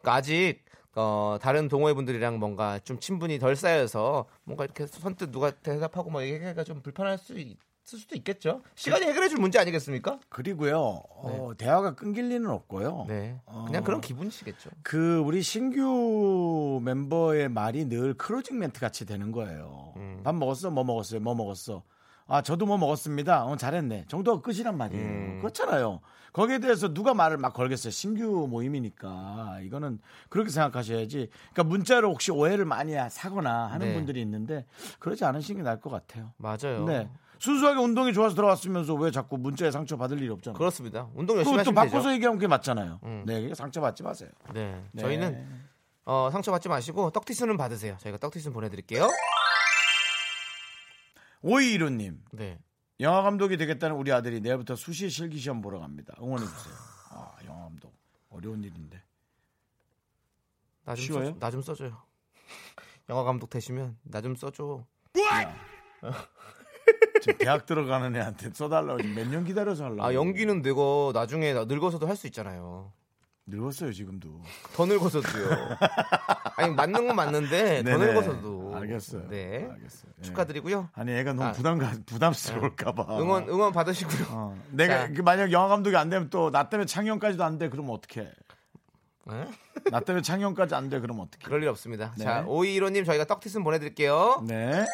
그러니까 아직 어, 다른 동호회 분들이랑 뭔가 좀 친분이 덜 쌓여서 뭔가 이렇게 선뜻 누가 대답하고 막 얘기하기가 좀 불편할 수 있- 있을 수도 있겠죠. 시간이 해결해줄 문제 아니겠습니까?
그리고요, 어, 대화가 끊길 리는 없고요.
네.
어.
그냥 그런 기분이시겠죠.
그 우리 신규 멤버의 말이 늘 크로징 멘트 같이 되는 거예요.
음.
밥 먹었어? 뭐 먹었어요? 뭐 먹었어? 아 저도 뭐 먹었습니다. 어 잘했네. 정도가 끝이란 말이에요.
음.
그렇잖아요. 거기에 대해서 누가 말을 막 걸겠어요. 신규 모임이니까 이거는 그렇게 생각하셔야지. 그러니까 문자로 혹시 오해를 많이 사거나 하는
네.
분들이 있는데 그러지 않으시는 게 나을 것 같아요.
맞아요.
네. 순수하게 운동이 좋아서 들어왔으면서 왜 자꾸 문자에 상처 받을 일이 없잖아요.
그렇습니다. 운동 그렇죠.
그것도
열심히 하시면
바꿔서
되죠.
얘기하면 그게 맞잖아요. 네, 상처 받지 마세요.
네.
네.
저희는 어, 상처 받지 마시고 떡티스는 받으세요. 저희가 떡티스 보내드릴게요.
오이이루님
네.
영화 감독이 되겠다는 우리 아들이 내일부터 수시 실기 시험 보러 갑니다. 응원해 주세요. 아, 영화 감독 어려운 일인데.
나 좀
쉬워요?
써줘. 나좀 써줘요. <laughs> 영화 감독 되시면 나 좀 써줘.
지금 대학 들어가는 애한테 써달라고 몇 년 기다려서 하려고.
아 연기는 되고 나중에 나- 늙어서도 할 수 있잖아요.
늙었어요 지금도.
더 늙어서도요.
<laughs>
아니 맞는 건 맞는데 더
네네.
늙어서도.
알겠어요.
네.
알겠어요. 예.
축하드리고요.
아니 애가 너무
아.
부담 부담스러울까봐.
응원 응원 받으시고요.
네. 어, 내가
자.
그 만약 영화 감독이 안 되면 또 나 때문에 창영까지도 안 돼. 그러면 어떡해?
네?
나 때문에 창영까지 안 돼. 그러면 어떡해?
그럴 일 없습니다.
네.
자 오이일호님 저희가 떡티스 보내드릴게요.
네.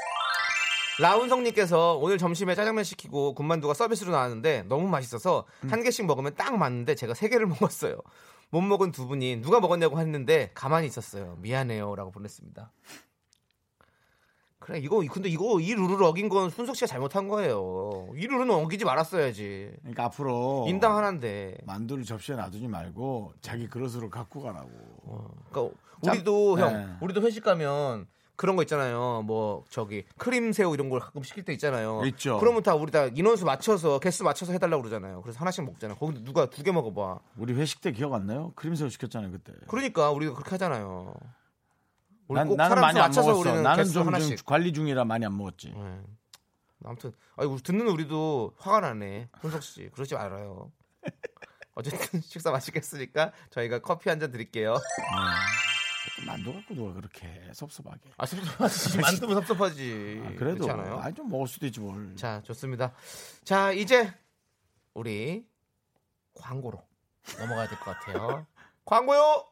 라운성님께서 오늘 점심에 짜장면 시키고 군만두가 서비스로 나왔는데 너무 맛있어서 한 개씩 먹으면 딱 맞는데 제가 세 개를 <laughs> 먹었어요. 못 먹은 두 분이 누가 먹었냐고 했는데 가만히 있었어요. 미안해요라고 보냈습니다. 그래 이거 근데 이거 이 룰을 어긴 건 순석 씨가 잘못한 거예요. 이 룰은 어기지 말았어야지.
그러니까 앞으로
인당 하나인데.
만두를 접시에 놔두지 말고 자기 그릇으로 갖고 가라고.
그러니까
참-
우리도
네.
형, 우리도 회식 가면 그런 거 있잖아요. 뭐 저기 크림 새우 이런 걸 가끔 시킬 때 있잖아요.
있죠.
그러면 다 우리 다 인원수 맞춰서 개수 맞춰서 해달라고 그러잖아요. 그래서 하나씩 먹잖아요. 거기 누가 두 개 먹어봐.
우리 회식 때 기억 안 나요? 크림새우 시켰잖아요 그때.
그러니까 우리가 그렇게 하잖아요. 오늘
난,
꼭
나는 많이
사람수
안
맞춰서
먹었어.
우리는
나는
개수
좀, 좀
하나씩. 음. 네.
관리 중이라 많이 안 먹었지.
아무튼 아니, 우리 듣는 우리도 화가 나네. 혼석 씨 그러지
<laughs>
말아요. 어쨌든 식사 맛있겠으니까 저희가 커피 한 잔 드릴게요.
만두 갖고 누가 그렇게 섭섭하게.
아
<laughs>
섭섭하지. 만두면 섭섭하지.
아, 그래도
예, 그렇지 않아요?
아니 좀 먹을 수도 있지 뭘.
자 좋습니다. 자 이제 우리 광고로 넘어가야 될 것 같아요. <laughs> 광고요.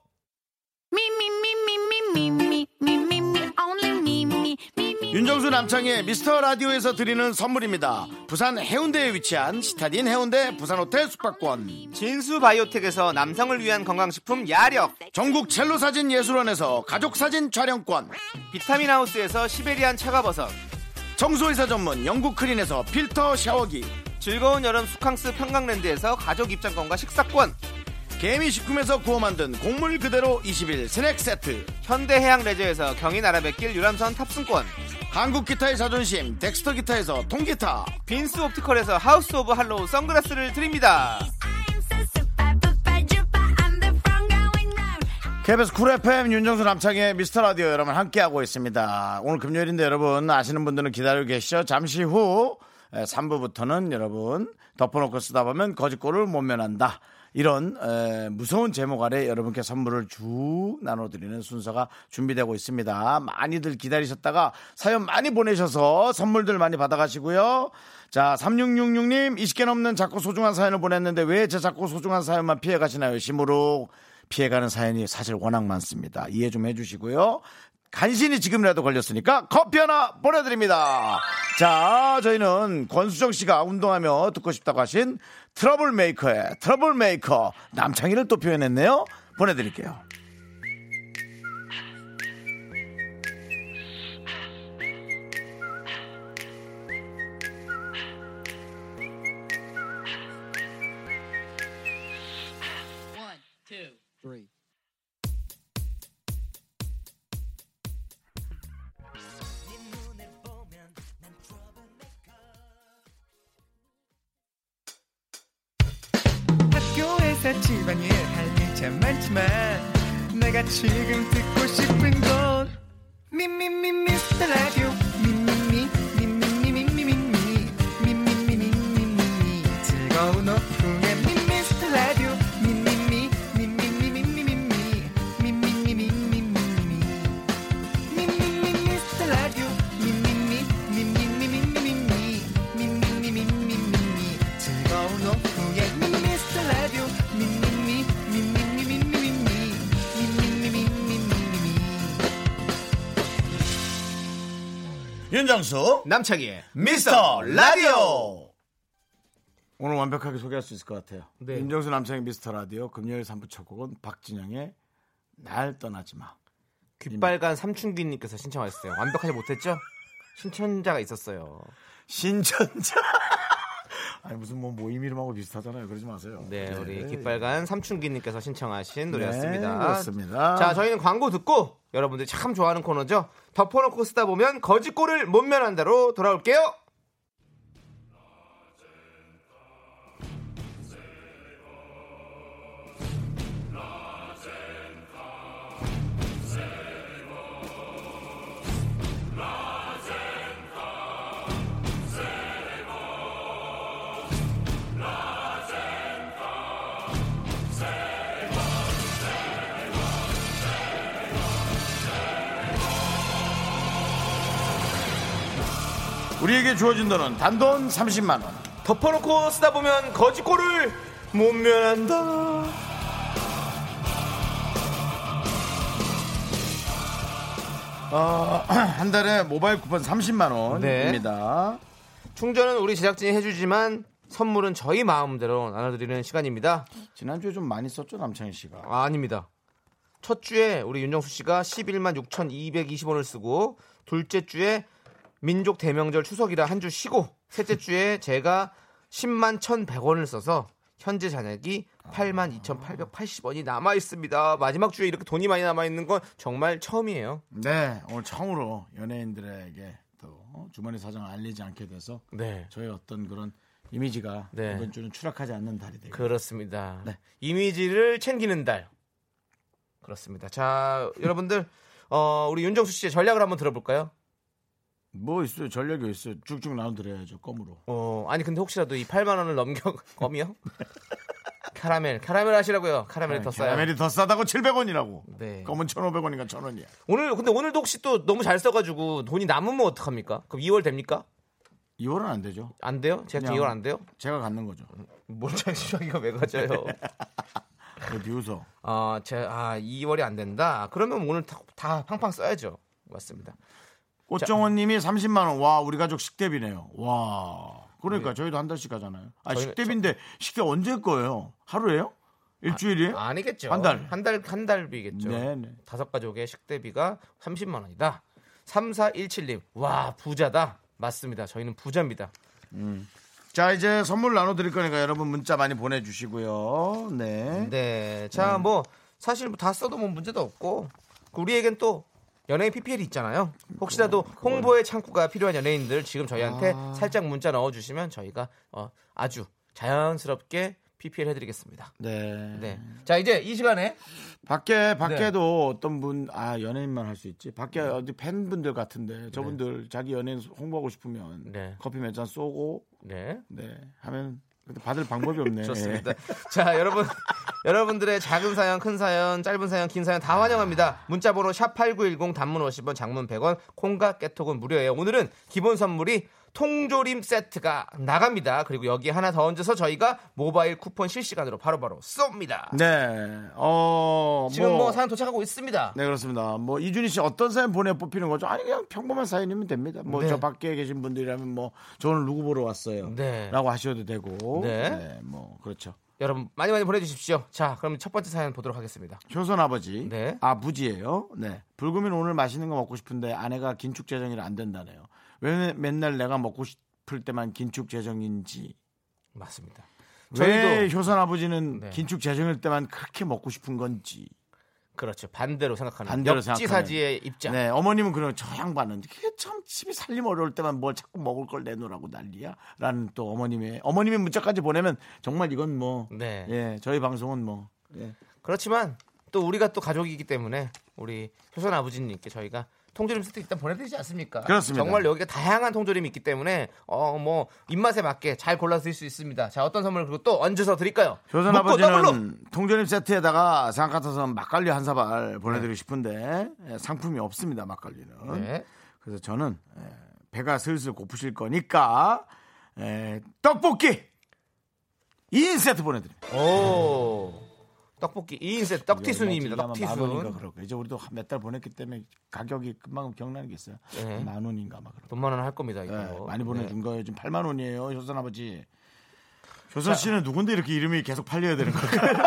Me, me, me, me, me, me, me, me, me, me, only me, me, me, me.
윤정수 남창의 미스터 라디오에서 드리는 선물입니다. 부산 해운대에 위치한 시타딘 해운대 부산 호텔 숙박권.
진수 바이오텍에서 남성을 위한 건강식품 야력.
전국 첼로 사진 예술원에서 가족 사진 촬영권.
비타민 하우스에서 시베리안 차가버섯.
청소회사 전문 영국 크린에서 필터 샤워기.
즐거운 여름 수캉스 평강랜드에서 가족 입장권과 식사권.
개미식품에서 구워 만든 곡물 그대로 20일 스낵 세트.
현대해양 레저에서 경인아라뱃길 유람선 탑승권
한국 기타의 자존심 덱스터 기타에서 통기타.
빈스 옵티컬에서 하우스 오브 할로우 선글라스를 드립니다
I am so super, super, duper. I'm the front going round.
KBS 쿨 FM 윤정수 남창의 미스터 라디오 여러분 함께하고 있습니다. 오늘 금요일인데 여러분 아시는 분들은 기다리고 계시죠? 잠시 후 3부부터는 여러분 덮어놓고 쓰다 보면 거짓골을 못 면한다. 이런 에, 무서운 제목 아래 여러분께 선물을 쭉 나눠드리는 순서가 준비되고 있습니다. 많이들 기다리셨다가 사연 많이 보내셔서 선물들 많이 받아가시고요. 자, 3666님 20개 넘는 작고 소중한 사연을 보냈는데 왜 제 작고 소중한 사연만 피해가시나요? 심으로 피해가는 사연이 사실 워낙 많습니다. 이해 좀 해주시고요. 간신히 지금이라도 걸렸으니까 커피 하나 보내드립니다. 자, 저희는 권수정 씨가 운동하며 듣고 싶다고 하신 트러블 메이커의 트러블 메이커 남창희를 또 표현했네요. 보내드릴게요.
학교에서 집안일 할 일 참 많지만 내가 지금 듣고 싶은 건 미미미 미스터 라디오 미미미 미미미 미미미 미미미 미미미 즐거운 오후에 미스터 라디오 미미미 미미미 미미미 미미미 미미미
윤정수
남창희의
미스터 라디오 오늘 완벽하게 소개할 수 있을 것 같아요.
네.
윤정수 남창희 미스터 라디오 금요일 3부 첫 곡은 박진영의 날 떠나지 마.
귓빨간 삼춘기님께서 신청하셨어요 완벽하지 못했죠? 신청자가 있었어요
신천자. <laughs> 아니 무슨 뭐 모임 이름하고 비슷하잖아요. 그러지 마세요.
네 우리 귓빨간 삼춘기님께서 신청하신 노래였습니다
네, 그렇습니다.
자 저희는 광고 듣고 여러분들이 참 좋아하는 코너죠 덮어놓고 쓰다 보면 거짓골을 못 면한다로 돌아올게요
우리에게 주어진 돈은 단돈 30만 원. <clears throat>
덮어놓고 쓰다 보면 거짓골을 못 면한다
어, 한 달에 모바일 쿠폰 30만 원입니다.
충전은 우리 제작진이 해주지만 선물은 저희 마음대로 나눠드리는 시간입니다.
지난주에 좀 많이 썼죠 남창희 씨가.
아, 닙니다첫 주에 우리 윤정수 씨가 11만 6,220원을 쓰고 둘째 주에 민족 대명절 추석이라 한 주 쉬고 셋째 주에 제가 10만 1,100원을 써서 현재 잔액이 8만 2,880원이 남아 있습니다. 마지막 주에 이렇게 돈이 많이 남아 있는 건 정말 처음이에요.
네 오늘 처음으로 연예인들에게 또 주머니 사정을 알리지 않게 돼서
네.
저의 어떤 그런 이미지가
네.
이번 주는 추락하지 않는 달이 되고.
그렇습니다.
네.
이미지를 챙기는 달. 그렇습니다. 자, 여러분들 어, 우리 윤정수 씨의 전략을 한번 들어볼까요?
뭐 있어요? 전략이 있어요? 쭉쭉 나눠드려야죠. 껌으로.
어, 아니 근데 혹시라도 이 8만 원을 넘겨 <laughs> 껌이요? 카라멜, 카라멜 하시라고요. 카라멜이
네,
더 싸요.
라멜이 더 싸다고 700원이라고.
네.
검은 1,500원인가 1,000원이야.
오늘 근데 오늘도 혹시 또 너무 잘 써가지고 돈이 남으면 어떡합니까? 그럼 2월 됩니까?
2월은 안 되죠.
안 돼요? 제가
그냥-
2월 안 돼요?
제가 갖는 거죠. 그
뭘장시작이가왜 가져요?
왜 비웃어?
<laughs> 아, 제, 아, 2월이 안 된다. 그러면 오늘 다, 다 팡팡 써야죠. 맞습니다. 음.
꽃정원님이 30만 원. 와 우리 가족 식대비네요. 와 그러니까 저희도 한 달씩 가잖아요. 아
저희는-
식대비인데 식대 언제 거예요? 하루예요? 일주일이에요?
아니겠죠.
네? 한 달.
한 달, 한 달비겠죠.
네네.
다섯 가족의 식대비가 30만 원이다. 3417님. 와, 부자다. 맞습니다. 저희는 부자입니다.
자 이제 선물 나눠드릴 거니까 여러분 문자 많이 보내주시고요. 네.
네. 자, 뭐 사실 뭐다 써도 뭐 문제도 없고 그 우리에겐 또 연예인 PPL이 있잖아요. 혹시라도 홍보의 창구가 필요한 연예인들 지금 저희한테 살짝 문자 넣어주시면 저희가 어, 아주 자연스럽게 PPL 해드리겠습니다.
네.
네. 자, 이제 이 시간에
밖에 밖에도
네.
어떤 분 아 연예인만 할 수 있지. 밖에 어디 팬분들 같은데 저분들 자기 연예인 홍보하고 싶으면
네.
커피 몇 잔 쏘고
네.
네 하면 근데 받을 방법이 없네.
<laughs> 좋습니다. 자, 여러분. <laughs> 여러분들의 작은 사연, 큰 사연, 짧은 사연, 긴 사연 다 환영합니다. 문자번호 샵8910 단문 50원, 장문 100원, 콩과 깨톡은 무료예요. 오늘은 기본 선물이 통조림 세트가 나갑니다. 그리고 여기 하나 더 얹어서 저희가 모바일 쿠폰 실시간으로 바로바로 쏩니다.
네. 어
지금 뭐,
뭐
사연 도착하고 있습니다.
네 그렇습니다. 뭐 이준희 씨 어떤 사연 보내 뽑히는 거죠? 아니 그냥 평범한 사연이면 됩니다. 뭐
네.
저 밖에 계신 분들이라면 뭐 저 오늘 누구 보러 왔어요?
네.
라고 하셔도 되고.
네.
뭐 그렇죠.
여러분 많이 많이 보내주십시오. 자, 그럼 첫 번째 사연 보도록 하겠습니다.
효선 아버지.
네.
아부지예요. 네. 불금인 오늘 맛있는 거 먹고 싶은데 아내가 긴축 재정이라 안 된다네요. 왜 맨날 내가 먹고 싶을 때만 긴축 재정인지.
맞습니다.
왜
저희도
효선 아버지는
네.
긴축 재정일 때만 그렇게 먹고 싶은 건지.
그렇죠. 반대로 생각하는
반대로
역지사지의 입장.
네, 어머님은 그런 저 양반은 그게 참 집이 살림 어려울 때만 뭘 자꾸 먹을 걸 내놓으라고 난리야라는 또 어머님의 어머님의 문자까지 보내면 정말 이건 뭐
네.
예, 저희 방송은 뭐 예.
그렇지만 또 우리가 또 가족이기 때문에 우리 효선 아버지님께 저희가 통조림 세트 일단 보내드리지 않습니까?
그렇습니다.
정말 여기가 다양한 통조림이 있기 때문에 어 뭐 입맛에 맞게 잘 골라 드릴 수 있습니다. 자 어떤 선물을 그리고 또 얹어서 드릴까요?
효선
묶고 더블로!
아버지는 음? 통조림 세트에다가 생각 같아서 막걸리 한 사발 보내드리고 싶은데 예, 상품이 없습니다 막걸리는
네.
그래서 저는 예, 배가 슬슬 고프실 거니까 예, 떡볶이 2인 세트 보내드립니다.
오 떡볶이 2인 세트 떡티순입니다.
예, 네, 만 원인가
떡티순
그러고 이제 우리도 몇 달 보냈기 때문에 가격이 금방 경나는 게 있어요.
네.
만 원인가 막 그러고.
돈만 원할 겁니다. 이거
네, 많이
네.
보내준 거예요. 지금 8만 원이에요. 효선 아버지. 효선 씨는 누군데 이렇게 이름이 계속 팔려야 되는 거예요? <laughs>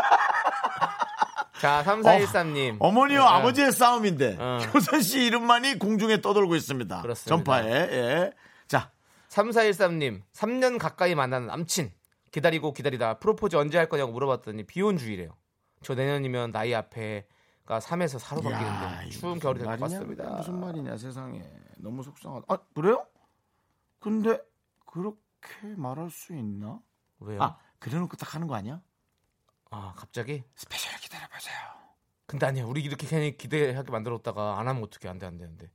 자 3413님
어,
네.
어머니와 아버지의 싸움인데
어.
효선 씨 이름만이 공중에 떠돌고 있습니다.
그렇습니다.
전파에. 예. 자,
3413님, 3년 가까이 만난 남친. 기다리고 기다리다 프로포즈 언제 할 거냐고 물어봤더니 비혼주의래요. 저 내년이면 나이 앞에가 3에서 4로
야,
바뀌는데
이거
추운
무슨
겨울이 될 것
말이냐?
같습니다.
무슨 말이냐 세상에 너무 속상하다. 아 그래요? 근데 그렇게 말할 수 있나?
왜요?
아
아,
그래놓고 딱 하는 거 아니야?
갑자기?
스페셜 기다려보세요.
근데 아니야. 우리 이렇게 괜히 기대하게 만들었다가 안 하면 어떻게 안 돼, 안 되는데.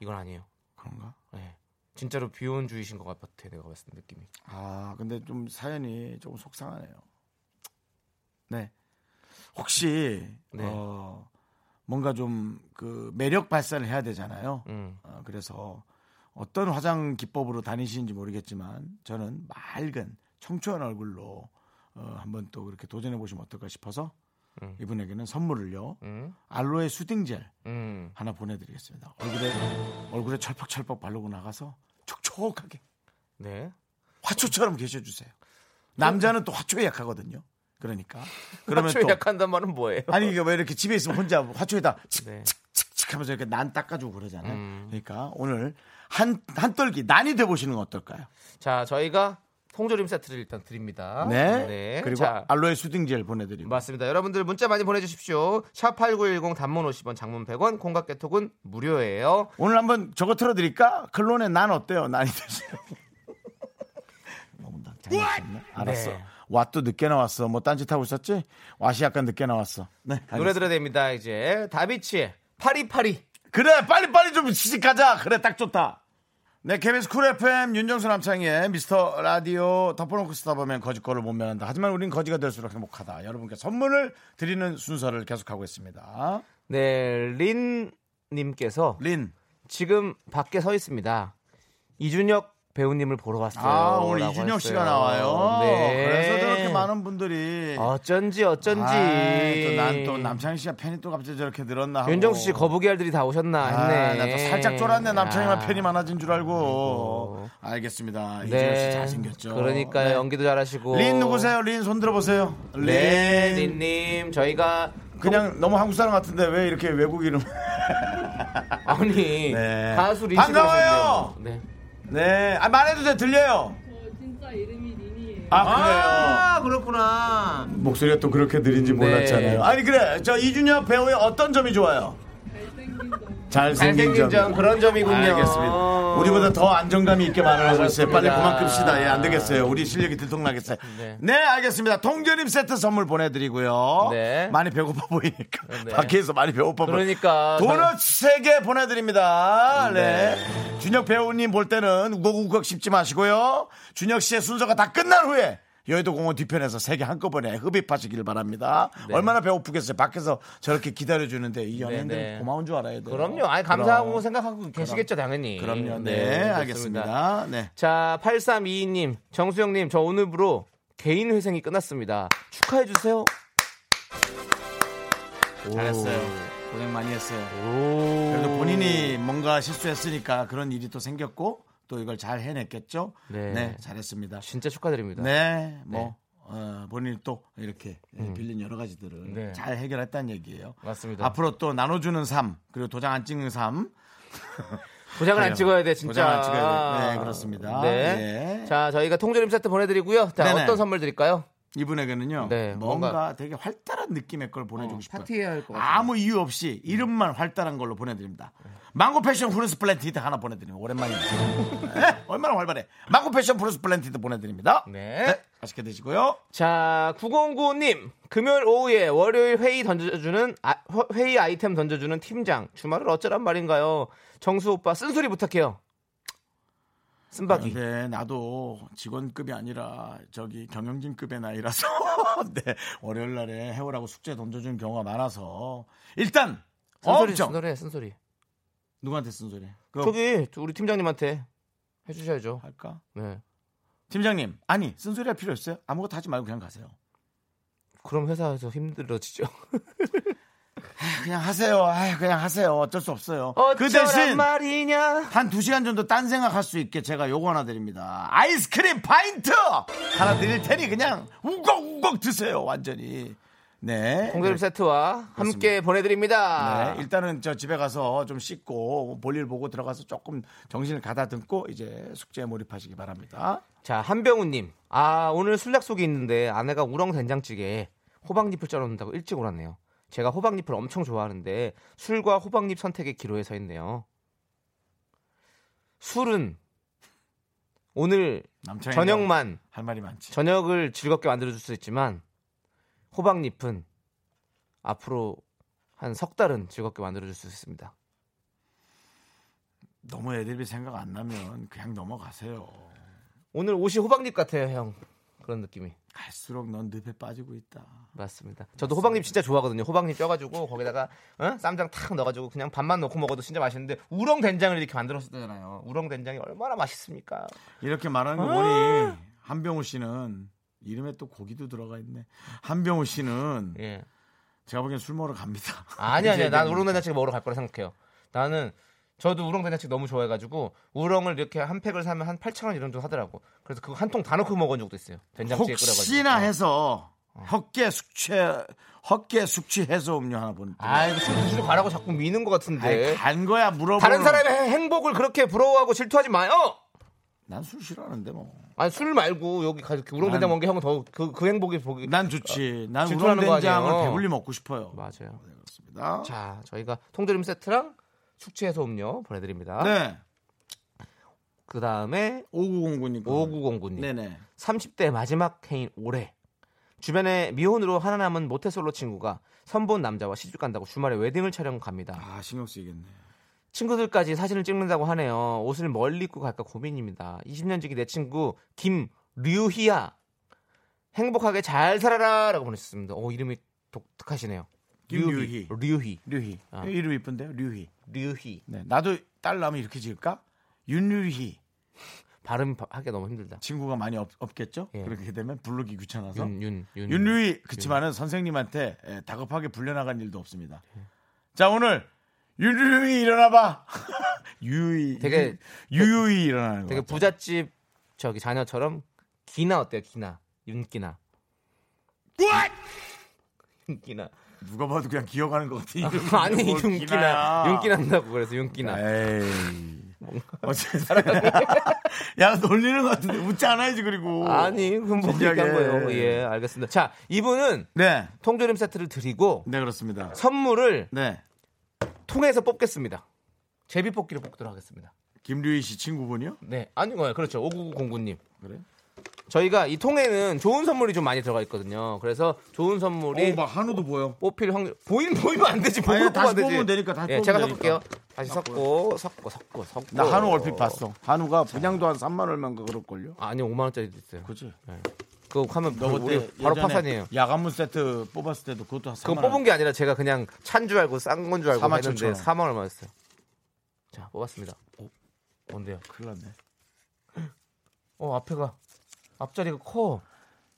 이건 아니에요.
그런가?
예. 진짜로 비혼주의신 것 같아, 내가 봤을 때 느낌이.
아 근데 좀 사연이 조금 속상하네요. 네. 혹시
네.
어, 뭔가 좀 그 매력 발산을 해야 되잖아요.
음.
어, 그래서 어떤 화장 기법으로 다니시는지 모르겠지만 저는 맑은 청초한 얼굴로 어, 한번 또 그렇게 도전해 보시면 어떨까 싶어서
음.
이분에게는 선물을요
음.
알로에 수딩젤
음.
하나 보내드리겠습니다. 얼굴에 얼굴에 철퍽철퍽 바르고 나가서 촉촉하게
네.
화초처럼 계셔주세요. 남자는 또 화초에 약하거든요. 그러니까 그러면 또
그러면 약한단 말은 뭐예요?
아니 이게 왜 이렇게 집에 있으면 혼자 화초에다 칙,
네.
칙, 칙, 칙 하면서 이렇게 난 닦아주고 그러잖아요.
음.
그러니까 오늘 한 한떨기 난이 돼 보시는 건 어떨까요?
자, 저희가 통조림 세트를 일단 드립니다.
네. 그리고
아, 자,
알로에 수딩젤 보내드리고
맞습니다. 여러분들 문자 많이 보내주십시오. 샵 8910 단문 50원 장문 100원 공각개톡은 무료예요.
오늘 한번 저거 틀어드릴까? 클론의 난 어때요? 난이 되세요. <laughs> 너무 나 장난쳤나? 알았어.
네.
왓도 늦게 나왔어. 뭐 딴짓 하고 있었지? 왓이 약간 늦게 나왔어. 네.
노래
알겠습니다.
들어야 됩니다. 이제 다비치의 파리파리
그래 빨리 빨리 좀 시집가자 그래 딱 좋다 네 KBS 쿨 FM 윤정수 남창희의 미스터 라디오 덮어놓고 쓰다 보면 거짓거를 못 면한다 하지만 우린 거지가 될수록 행복하다 여러분께 선물을 드리는 순서를 계속하고 있습니다
네, 린 님께서
린
네, 지금 밖에 서 있습니다. 이준혁 배우님을 보러 왔어요.
아, 오늘
라고
이준혁 씨가
했어요.
나와요.
네.
그래서 저렇게 많은 분들이 아,
어쩐지 어쩐지
또 난 또 남창희 씨가 팬이 또 갑자기 저렇게 늘었나 하고.
윤정수 씨 거북이 알들이 다 오셨나
아,
했네.
나또 살짝 쫄았네. 남창희만 팬이 많아진 줄 알고.
아이고.
알겠습니다.
네.
이준혁 씨 잘생겼죠.
그러니까
네.
연기도 잘하시고.
린 누구세요? 린 손 들어보세요. 린.
네, 린님 저희가
그냥 너무 한국 사람 같은데 왜 이렇게 외국 이름? <laughs>
아니
네.
가수 린
반가워요!
씨가 오셨는데. 네.
네, 아, 말해도 돼 들려요. 아, 그래요.
아 그렇구나.
목소리가 또 그렇게 느린지
네.
몰랐잖아요. 아니 그래, 저 이준혁 배우의 어떤 점이 좋아요? 잘생긴
잘생긴 점 그렇죠. 그런 점이군요.
알겠습니다. 우리보다 더 안정감이 있게 말을 하고 있어요. 빨리
그렇습니다.
그만 끕시다. 예, 안 되겠어요. 우리 실력이 들통나겠어요. 네,
네.
알겠습니다. 통조림 세트 선물 보내드리고요.
네.
많이 배고파 보이니까.
네.
밖에서 많이 배고파 보이니까.
그러니까
도넛 세 개 보내드립니다. 네. 준혁 배우님 볼 때는 우걱우걱 씹지 마시고요. 준혁 씨의 순서가 다 끝난 후에 여의도 공원 뒤편에서 세 개 한꺼번에 흡입하시길 바랍니다.
네.
얼마나 배고프겠어요. 밖에서 저렇게 기다려주는데 이 연예인들
네,
은
네.
고마운 줄 알아야 돼요.
그럼요. 아니 감사하고
그럼.
생각하고 계시겠죠 당연히.
그럼요. 네,
좋습니다.
알겠습니다. 네.
자 8322님 정수영님 저 오늘부로 개인 회생이 끝났습니다. 축하해 주세요.
잘했어요. 고생 많이 했어요. 그래도 본인이 뭔가 실수했으니까 그런 일이 또 생겼고 또 이걸 잘 해냈겠죠.
네.
네 잘했습니다.
진짜 축하드립니다.
네, 뭐 어, 본인이 또 이렇게 예, 빌린 여러 가지들을
음. 네.
잘 해결했다는 얘기예요.
맞습니다.
앞으로 또 나눠주는 삶 그리고 도장 안 찍는 삶.
도장을
그래요.
안 찍어야 돼 진짜.
도장 안 찍어야 돼. 네, 그렇습니다.
네.
예.
자 저희가 통조림 세트 보내드리고요. 자
네네.
어떤 선물 드릴까요?
이분에게는요
네,
뭔가,
뭔가
되게 활달한 느낌의 걸 보내주고 싶어요.
파티해야 할것 같아요.
아무 이유 없이 이름만 활달한 걸로 보내드립니다. 망고 패션 프루스 플랜티드 하나 보내드립니다. 오랜만이죠.
<laughs>
네, 얼마나 활발해. 망고 패션 프루스 플랜티드 보내드립니다.
네.
맛있게 드시고요.
자 9095님 금요일 오후에 월요일 회의 던져주는 아, 허- 회의 아이템 던져주는 팀장 주말을 어쩌란 말인가요? 정수 오빠 쓴소리 부탁해요. 쓴박이.
근데 네, 나도 직원급이 아니라 저기 경영진급의 나이라서 <laughs> 네, 월요일 날에 해오라고 숙제 던져주는 경우가 많아서 일단
쓴소리
엄청
쓴소리 쓴소리.
누구한테 쓴소리? 그거
저기 저 우리 팀장님한테 해주셔야죠.
할까?
네.
팀장님 아니 쓴소리 할 필요 없어요. 아무것도 하지 말고 그냥 가세요.
그럼 회사에서 힘들어지죠.
그냥 하세요. 아이, 그냥 하세요. 어쩔 수 없어요. 그
어쩌란
대신
말이냐.
한 두 시간 정도 딴 생각할 수 있게 제가 요거 하나 드립니다. 아이스크림 파인트 하나 드릴 테니 그냥 우걱우걱 드세요. 완전히. 네.
공개림 세트와 함께 보내드립니다.
네, 일단은 저 집에 가서 좀 씻고 볼일 보고 들어가서 조금 정신을 가다듬고 이제 숙제에 몰입하시기 바랍니다.
자 한병우님, 아 오늘 술 약속이 있는데 아내가 우렁 된장찌개에 호박잎을 썰어놓는다고 일찍 오라네요. 제가 호박잎을 엄청 좋아하는데 술과 호박잎 선택의 기로에 서 있네요. 술은 오늘
남창이
저녁만
할 말이 많지.
저녁을 즐겁게 만들어줄 수 있지만 호박잎은 앞으로 한 석 달은 즐겁게 만들어줄 수 있습니다.
너무 애들이 생각 안 나면 그냥 넘어가세요.
오늘 옷이 호박잎 같아요, 형. 그런 느낌이.
갈수록 넌 늪에 빠지고 있다.
맞습니다. 저도 호박잎 진짜 좋아하거든요. 호박잎 쪄가지고 거기다가 어? 쌈장 탁 넣어가지고 그냥 밥만 넣고 먹어도 진짜 맛있는데 우렁 된장을 이렇게 만들었잖아요. 우렁 된장이 얼마나 맛있습니까?
이렇게 말하는
아.
거 보니 한병우 씨는 이름에 또 고기도 들어가 있네. 한병우 씨는
예.
제가 보기엔 술 먹으러 갑니다.
아니 아니,
이제
난
얘기해
우렁
보니까.
된장찌개 먹으러 갈 거라 생각해요. 나는 저도 우렁 된장찌개 너무 좋아해가지고 우렁을 이렇게 한 팩을 사면 한 8천 원 이런 정도 하더라고. 그래서 그거 한 통 다 넣고 먹은 적도 있어요. 된장찌개 끓여가지고. 어.
혹시나 해서 헛개 숙취 헛개 숙취 해소 음료 하나 보내.
아 이거 술 드시러 가라고 자꾸 미는 것 같은데.
아이 간 거야 물어보.
네. 다른 사람의 행복을 그렇게 부러워하고 질투하지 마요.
난술 싫어하는데 뭐.
아니 술 말고 여기 가 이렇게 우렁
난-
된장 먹는 게 형은 더그 그 행복이 보기
난 좋지. 난
어, 질투하는 거
우렁된장을
아니에요.
배불리 먹고 싶어요.
맞아요.
네. 그렇습니다.
자, 저희가 통조림 세트랑 숙취 해소 음료 보내드립니다.
네.
그 다음에
5909님.
5909님.
네네.
30대 마지막 해인 올해. 주변에 미혼으로 하나 남은 모태솔로 친구가 선본 남자와 시집 간다고 주말에 웨딩을 촬영 갑니다.
아 신경 쓰이겠네.
친구들까지 사진을 찍는다고 하네요. 옷을 멀리 입고 갈까 고민입니다. 20년 지기 내 친구 김류희야 행복하게 잘 살아라라고 보내셨습니다. 오 이름이 독특하시네요.
김류희.
류희,
류희.
아.
이름 이쁜데요? 류희.
류희.
네, 나도 딸 낳으면 이렇게 지을까? 윤유희.
발음 바- 하기가 너무 힘들다.
친구가 많이 없, 없겠죠?
예.
그렇게 되면 부르기 귀찮아서.
윤, 윤, 윤.
윤유희. 그치만은 선생님한테 예, 다급하게 불려나간 일도 없습니다.
예.
자, 오늘 윤유희 일어나봐. <laughs> 유유희.
되게-
유유희 일어나는 거.
되게 부잣집 저기 자녀처럼 기나 어때요? 기나, 윤기나. 윤기나. <laughs>
누가 봐도 그냥 기억하는 것 같아. 이름이.
아니
뭘
윤기나,
뭐 기나야. 네.
윤기난다고 그래서 윤기나.
에이. 어쨌든. <laughs> 야, 놀리는 것 같은데. 웃지 않아야지, 그리고.
아니, 그건 뭐
진지하게.
얘기한 거예요. 예, 알겠습니다. 자, 이분은
네.
통조림 세트를 드리고
네, 그렇습니다.
선물을
네.
통해서 뽑겠습니다. 제비 뽑기를 뽑도록 하겠습니다.
김류희 씨 친구분이요?
네, 아닌 거예요. 그렇죠. 5909님.
그래?
저희가 이 통에는 좋은 선물이 좀 많이 들어가 있거든요. 그래서 좋은 선물이
어, 막 한우도 보여.
뽑힐 확률 보이면 보이면 안 되지. 보고
아니, 다시
네. 뽑아야 되지.
뽑으면 되니까, 다시
예,
뽑으면
제가
되니까.
섞을게요. 다시 섞고 섞고 섞고 섞고.
나 한우 얼핏 봤어. 한우가 분양도 한 3만 얼마인가 그럴걸요?
아니 5만 원짜리 있어요.
그지?
그거 하면 바로, 우리 바로 파산이에요.
그 야간문 세트 뽑았을 때도 그것도 한 3만
그거 뽑은 게 아니라 제가 그냥 찬 줄 알고 싼 건 줄 알고
4만
했는데
천천 원.
4만 얼마였어요. 자 뽑았습니다.
어?
오, 뭔데요?
큰일 났네.
어 앞에가 앞자리가 커.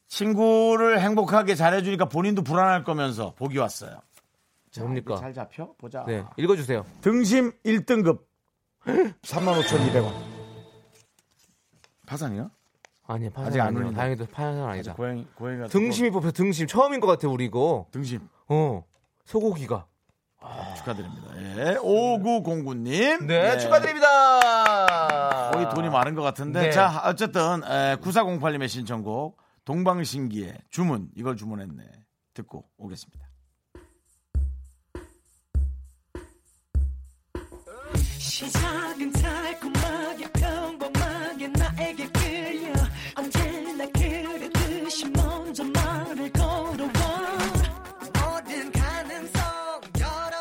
친구를 행복하게 잘해주니까 본인도 불안할 거면서 복이 왔어요.
뭡니까?
잘 잡혀? 보자.
네 읽어주세요.
등심
<gasps>
1등급 35,200원. 파산이요?
아니 파산
아직 안
아니에요.
울린다.
다행히도 파산 아니다.
고양이 고양이가
등심이 뽑혀 등심 처음인 것 같아 우리 이거.
등심
어 소고기가.
축하드립니다. 예. 5909님. 예.
네, 축하드립니다.
거의 돈이 많은 것 같은데.
아. 네.
자, 어쨌든, 에, 9408님의 신청곡, 동방신기의 주문, 이걸 주문했네. 듣고 오겠습니다.
시작은 달콤하게 평범하게 나에게 끌려 언제나 그랬듯이 먼저 말을 걸어와 모든 가능성 열어둬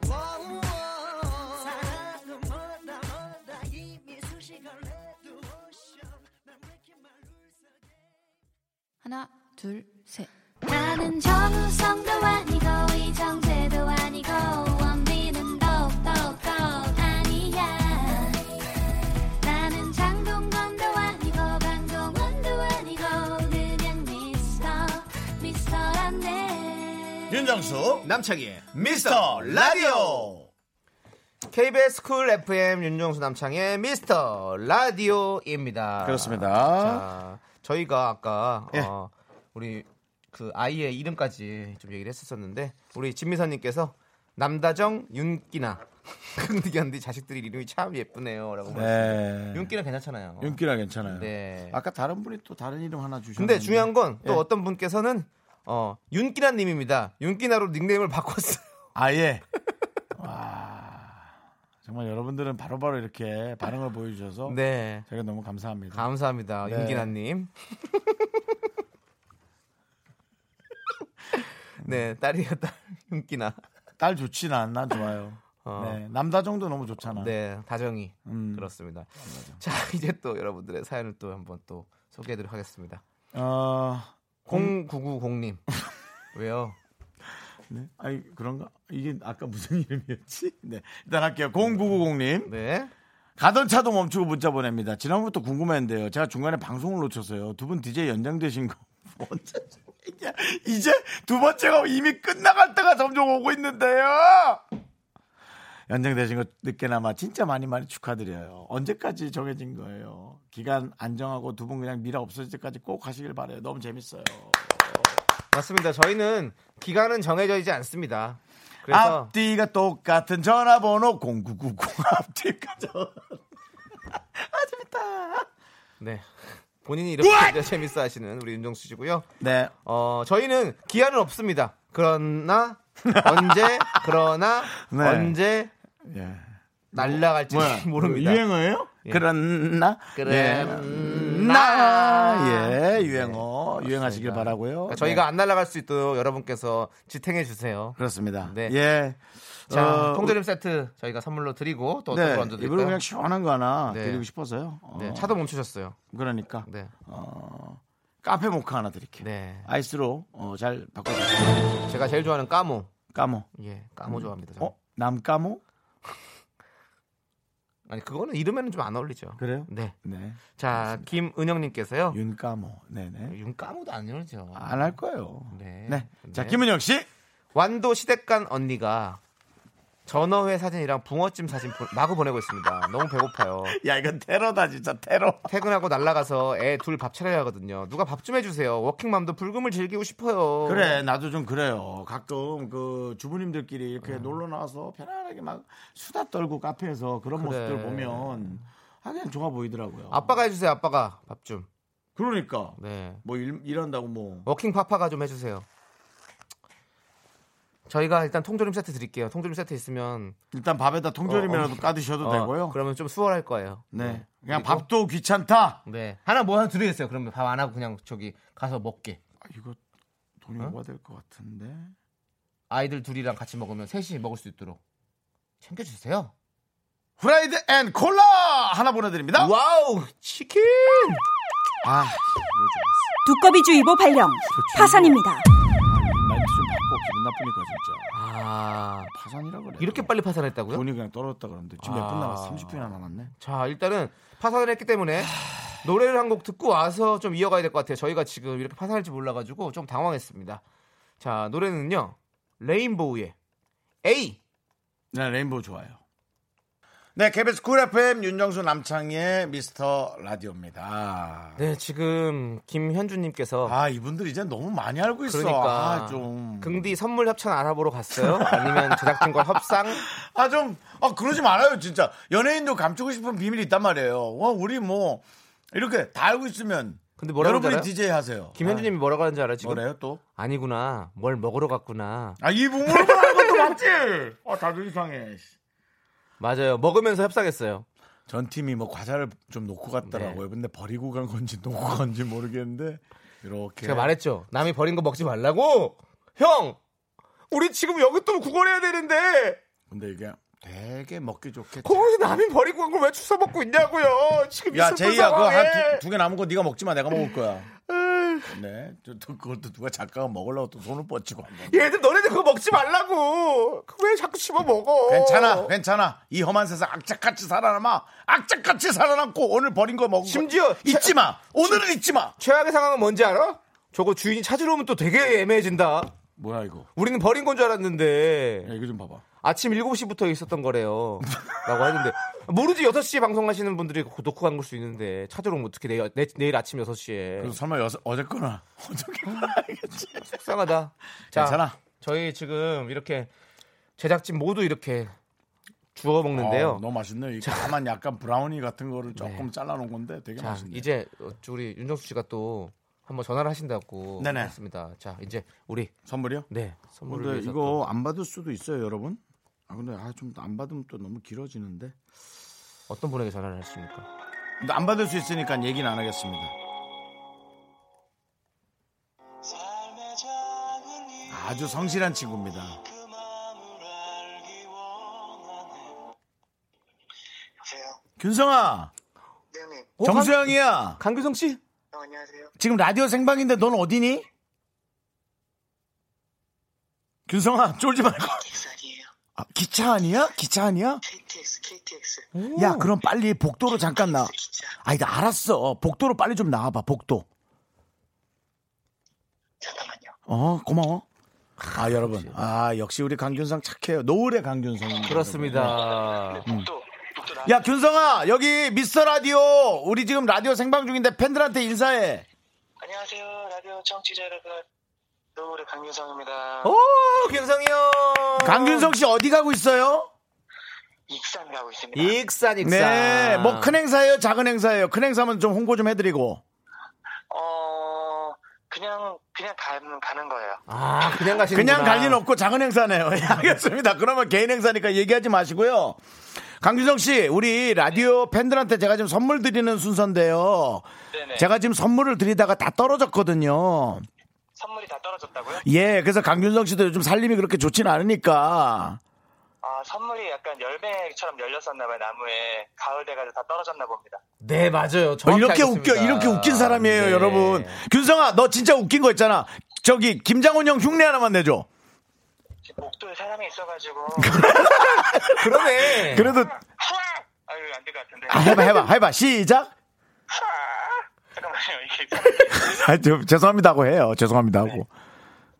사랑은 뭐다 뭐다 이미 수식을 해도 난 왜이렇게 말을
하나, 둘, 셋. 나는 정우성도 아니고 이정재도 아니고 원빈은 더욱더 아니야 나는 장동건도 아니고 강동원도 아니고 그냥 미스터 미스터란데
윤정수,
남창희의
미스터 라디오!
KBS 쿨 FM 윤정수 남창의 미스터 라디오입니다.
그렇습니다.
자, 저희가 아까
예.
어, 우리 그 아이의 이름까지 좀 얘기를 했었었는데 우리 진미선님께서 남다정 윤기나 <laughs> 근데 자식들이 이름이 참 예쁘네요라고
네.
윤기나 괜찮잖아요.
윤기라 괜찮아요.
네.
아까 다른 분이 또 다른 이름 하나 주셨는데.
근데 중요한 건 또
예.
어떤 분께서는 어, 윤기나님입니다. 윤기나로 닉네임을 바꿨어요.
아예. <laughs> 정말 여러분들은 바로바로 이렇게 반응을 보여주셔서.
네.
제가 너무 감사합니다.
감사합니다.
네. <laughs>
윤기나님. 네, 딸이야, 딸. 윤기나.
딸 좋지 난, 난 좋아요.
어.
네, 남다정도 너무 좋잖아.
네, 다정이.
음.
그렇습니다. 자, <laughs> 이제 또 여러분들의 사연을 또 한번 또 소개해드리도록 하겠습니다.
어,
0990님. 왜요?
네. 아니 그런가? 이게 아까 무슨 <laughs> 이름이었지? 네. 일단 할게요. 0990님
네.
가던 차도 멈추고 문자 보냅니다. 지난번부터 궁금했는데요. 제가 중간에 방송을 놓쳐서요. 두 분 DJ 연장되신 거 <laughs> 언제? 이제- 이제 두 번째가 이미 끝나갈 때가 점점 오고 있는데요. 연장되신 거 늦게나마 진짜 많이 많이 축하드려요. 언제까지 정해진 거예요? 기간 안정하고 두 분 그냥 미라 없어질 때까지 꼭 하시길 바래요. 너무 재밌어요.
맞습니다. 저희는 기간은 정해져 있지 않습니다. 그래서
앞뒤가 똑같은 전화번호 0990 <laughs> 앞뒤가 저
네. 본인이 이렇게 재밌어 하시는 우리 윤정수 씨고요.
네.
어, 저희는 기한은 없습니다. 그러나
<laughs>
언제 그러나
네. 그
언제
예.
날라갈지 <laughs> 모릅니다. 예.
유행어예요? 그랬나?
그랬나?
예. 나. 예, 유행어. 유행하시길 바라고요.
네, 그러니까 저희가
네.
안 날아갈 수 있도록 여러분께서 지탱해 주세요.
그렇습니다.
네.
예.
자,
어,
통조림 세트 저희가 선물로 드리고 또 어떤
네,
걸 얹어
이번에
드릴까요?
그냥 시원한 거 하나
네.
드리고 싶어서요. 어,
네, 차도 멈추셨어요.
그러니까
네.
어, 카페 모카 하나 드릴게요.
네.
아이스로 어, 잘 바꿔주세요.
제가 제일 좋아하는 까모.
까모.
예, 까모 좋아합니다. 저는.
어? 남까모?
아니, 그거는 이름에는 좀 안 어울리죠.
그래요?
네.
네.
자, 김은영 님께서요.
윤까모. 네네.
윤 까모도 안 어울리죠.
안 할 거예요.
네.
네. 자,
네.
김은영 씨.
완도 시댁간 언니가 전어회 사진이랑 붕어찜 사진 보- 마구 보내고 있습니다. 너무 배고파요.
야, 이건 테러다, 진짜 테러.
퇴근하고 날라가서 애 둘 밥 차려야 하거든요. 누가 밥 좀 해주세요. 워킹맘도 불금을 즐기고 싶어요.
그래, 나도 좀 그래요. 가끔 그 주부님들끼리
어.
이렇게 놀러 나와서 편안하게 막 수다 떨고 카페에서 그런
그래.
모습들 보면 하긴 좋아 보이더라고요.
아빠가 해주세요. 아빠가 밥 좀.
그러니까.
네.
뭐 일, 일한다고 뭐.
워킹 파파가 좀 해주세요. 저희가 일단 통조림 세트 드릴게요. 통조림 세트 있으면
일단 밥에다 통조림이라도
어, 어.
까드셔도
어,
되고요.
그러면 좀 수월할 거예요.
네. 그냥
그리고-
밥도 귀찮다.
네. 하나 뭐 하나 드리겠어요. 그러면 밥 안 하고 그냥 저기 가서 먹게.
아, 이거 돈이
어?
오가 될것 같은데.
아이들 둘이랑 같이 먹으면 셋이 먹을 수 있도록 챙겨주세요.
후라이드 앤 콜라 하나 보내드립니다.
와우 치킨.
아,
두꺼비주의보 발령. 파산입니다.
말도 아, 좀 바꿔 기분 나쁘니까 진짜.
아
파산이라 그래.
이렇게 빨리 파산했다고요?
돈이 그냥 떨어졌다 그러는데 지금 몇 분
아.
남았어? 30분이나 남았네.
자 일단은 파산을 했기 때문에 노래를 한 곡 듣고 와서 좀 이어가야 될 것 같아요. 저희가 지금 이렇게 파산할지 몰라가지고 좀 당황했습니다. 자 노래는요 레인보우의 A.
네, 레인보우 좋아요. 네, KBS 쿨 FM 윤정수 남창희의 미스터 라디오입니다.
네 지금 김현주님께서
아, 이분들 이제 너무 많이 알고 있어.
그러니까
아, 좀.
긍디 선물 협찬 알아보러 갔어요? 아니면 제작진과 협상?
아, 좀, 아, 그러지 말아요, 진짜. 연예인도 감추고 싶은 비밀이 있단 말이에요. 어, 우리 뭐, 이렇게 다 알고 있으면.
근데 뭐라고
여러분이
하잖아요?
DJ 하세요.
김현주님이 뭐라고 하는지 알아
아,
지금?
뭐래요, 또?
아니구나 뭘 먹으러 갔구나
아, 이 부분을 말하는 것도 맞지? 아, 다들 이상해. 씨.
맞아요 먹으면서 협상했어요
전 팀이 뭐 과자를 좀 놓고
네.
갔더라고요. 근데 버리고 간 건지 놓고 간지 모르겠는데, 이렇게.
제가 말했죠. 남이 버린 거 먹지 말라고. 형, 우리 지금 여기 또 구걸해야 되는데
근데 이게 되게 먹기 좋게.
거기서 남이 버리고 간 걸 왜 주워 먹고 있냐고요. 지금
야,
이 슬픈
제이야, 그거
상황에.
한두 개 남은 거 네가 먹지 마. 내가 먹을 거야. 네. 저, 또 그걸 또 누가 작가가 먹으려고 또 손을 뻗치고 한 번.
얘들 너네들 그거 먹지 말라고. 그거 왜 자꾸 씹어 먹어?
괜찮아, 괜찮아. 이 험한 세상 악착같이 살아남아. 악착같이 살아남고 오늘 버린 거 먹은
심지어
거 잊지 마. 오늘은 잊지 마.
최악의 상황은 뭔지 알아? 저거 주인이 찾으러 오면 또 되게 애매해진다.
뭐야 이거?
우리는 버린 건 줄 알았는데
이거 좀 봐봐.
아침 7시부터 있었던 거래요. 라고 하는데 모르지 6시에 방송하시는 분들이 그거 놓고 간 걸 수 있는데 찾으러 오면 어떻게 내일, 내- 내일 아침 6시에
그래서 설마 여섯 어제거나 어저께거나 알겠지.
속상하다. 자,
괜찮아.
저희 지금 이렇게 제작진 모두 이렇게 주워
어,
먹는데요.
너무 맛있네요. 네. 이 가만 약간 브라우니 같은 거를 조금 잘라놓은 건데 되게
자,
맛있네.
이제 어, 우리 윤정수 씨가 또 한번 전화를 하신다고
네네.
했습니다. 자, 이제 우리
선물이요?
네 선물을
근데
위해서
이거 안 받을 수도 있어요, 여러분. 아 근데 아 좀 안 받으면 또 너무 길어지는데.
또 어떤 분에게 전화를 하십니까?
근데 안 받을 수 있으니까 얘기는 안 하겠습니다. 아주 성실한 친구입니다. 균성아,
네네.
어,
정수영이야.
강, 규성 씨?
어, 안녕하세요.
지금 라디오 생방인데 넌 어디니? 균성아, 쫄지 말고.
기사 아니에요.
아, 기차 아니야? 기차 아니야?
KTX, KTX.
야, 그럼 빨리 복도로 잠깐 나.
진짜.
아니, 나 알았어. 복도로 빨리 좀 나와봐, 복도.
잠깐만요.
어, 고마워. 아, 여러분. 아, 역시 우리 강균성 착해요. 노을의 강균성. 네,
그렇습니다.
또, 또 나.
야, 균성아, 여기 미스터 라디오. 우리 지금 라디오 생방 중인데 팬들한테 인사해.
안녕하세요. 라디오 청취자 여러분. 노을의 강균성입니다.
오 균성이요.
강균성 씨 어디 가고 있어요?
익산 가고 있습니다.
익산 익산.
네, 뭐 큰 행사예요? 작은 행사예요? 큰 행사면 좀 홍보 좀 해드리고.
어, 그냥 그냥 가면 가는 거예요.
아, 그냥 가시는
그냥 갈 일 없고 작은 행사네요. <laughs> 예, 알겠습니다. 그러면 개인 행사니까 얘기하지 마시고요. 강규정 씨, 우리
네.
라디오 팬들한테 제가 지금 선물 드리는 순서인데요.
네네.
제가 지금 선물을 드리다가 다 떨어졌거든요.
선물이 다 떨어졌다고요?
예, 그래서 강균성 씨도 요즘 살림이 그렇게 좋진 않으니까. 어,
아 선물이 약간 열매처럼 열렸었나 봐요 나무에 가을 돼가지고 다 떨어졌나 봅니다.
네, 맞아요.
어,
정확히
이렇게
알겠습니다.
웃겨, 이렇게 웃긴 사람이에요,
네.
여러분. 균성아, 너 진짜 웃긴 거 있잖아. 저기, 김장훈 형 흉내 하나만 내줘.
지금 목도에 사람이
<laughs>
있어가지고
그러네.
그래도,
아유 안 될 것 같은데.
아, 해봐, 해봐, 해봐. 시작.
<laughs> 잠깐만요 이게
아, 저, 죄송합니다고 해요. 죄송합니다 하고.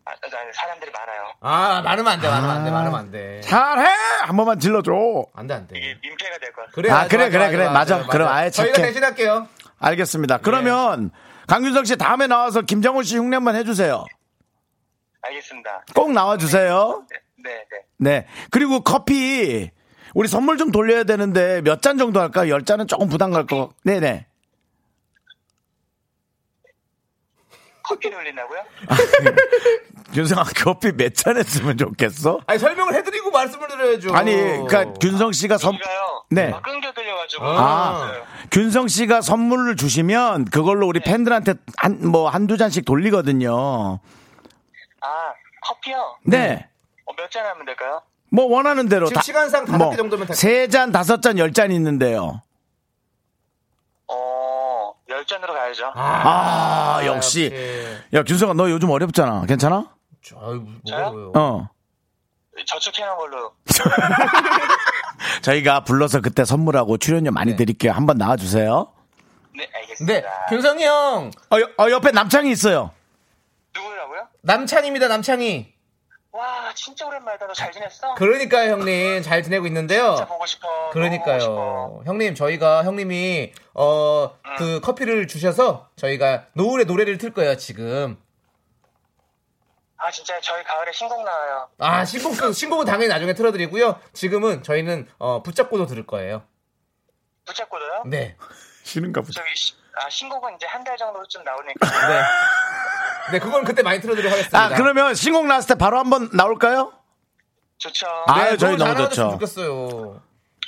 아, 아니, 사람들이 많아요.
아, 많으면 안 돼, 많으면 안 돼, 많으면 안 돼.
잘해! 한 번만 질러줘.
안 돼, 안 돼.
이게 민폐가 될 것 같아요.
그래,
아, 그래, 그래, 그래. 맞아. 그럼 아예
저희가
착해.
대신할게요.
알겠습니다. 그러면, 강균성 씨 다음에 나와서 김장훈 씨 흉내 한번 해주세요.
알겠습니다.
꼭 나와주세요.
네, 네. 네.
네. 그리고 커피 우리 선물 좀 돌려야 되는데 몇 잔 정도 할까? 열 잔은 조금 부담 갈 거. 네네.
커피 돌린다고요?
균성아 커피 몇 잔 했으면 좋겠어?
아니, 설명을 해드리고 말씀을 드려야죠.
아니,
어.
그러니까 균성 씨가 선
제가요.
네.
막 끊겨 들려가지고.
아, 균성 씨가 선물을 주시면 그걸로 우리 팬들한테 한 뭐 한두 잔씩 돌리거든요.
아 커피요?
네.
어, 몇 잔 하면 될까요?
뭐 원하는 대로
지금 시간상 다섯 개 정도면 다-
뭐, 세잔 다섯 잔 열 잔 있는데요.
어, 열 잔으로 가야죠.
아, 역시. 야, 균성아 너 요즘 어렵잖아. 괜찮아?
뭐,
어.
저축해놓은 걸로.
저희가 불러서 그때 선물하고 출연료 많이
네.
드릴게요. 한번 나와 주세요.
네,
네,
알겠습니다.
그
균성이 형,
어, 여- 어, 옆에 남창이 있어요.
누구라고요?
남찬입니다, 남찬이.
와, 진짜 오랜만이다. 너 잘 지냈어?
그러니까요, 형님. 잘 지내고 있는데요.
진짜 보고 싶어. 너무 보고 싶어.
그러니까요. 형님, 저희가, 형님이, 어, 그 커피를 주셔서 저희가 노을의 노래를 틀 거예요, 지금.
아, 진짜 저희 가을에 신곡 나와요.
아, 신곡, 신곡은 당연히 나중에 틀어드리고요. 지금은 저희는, 어, 붙잡고도 들을 거예요.
붙잡고도요?
네.
쉬는가 보다.
저기, 시- 아, 신곡은 이제 한 달 정도쯤 나오니까.
네. 네, 그건 그때 많이 틀어드리도록 하겠습니다.
아, 그러면 신곡 나왔을 때 바로 한번 나올까요?
좋죠.
아, 아유, 저희 너무 좋죠.
좋겠어요.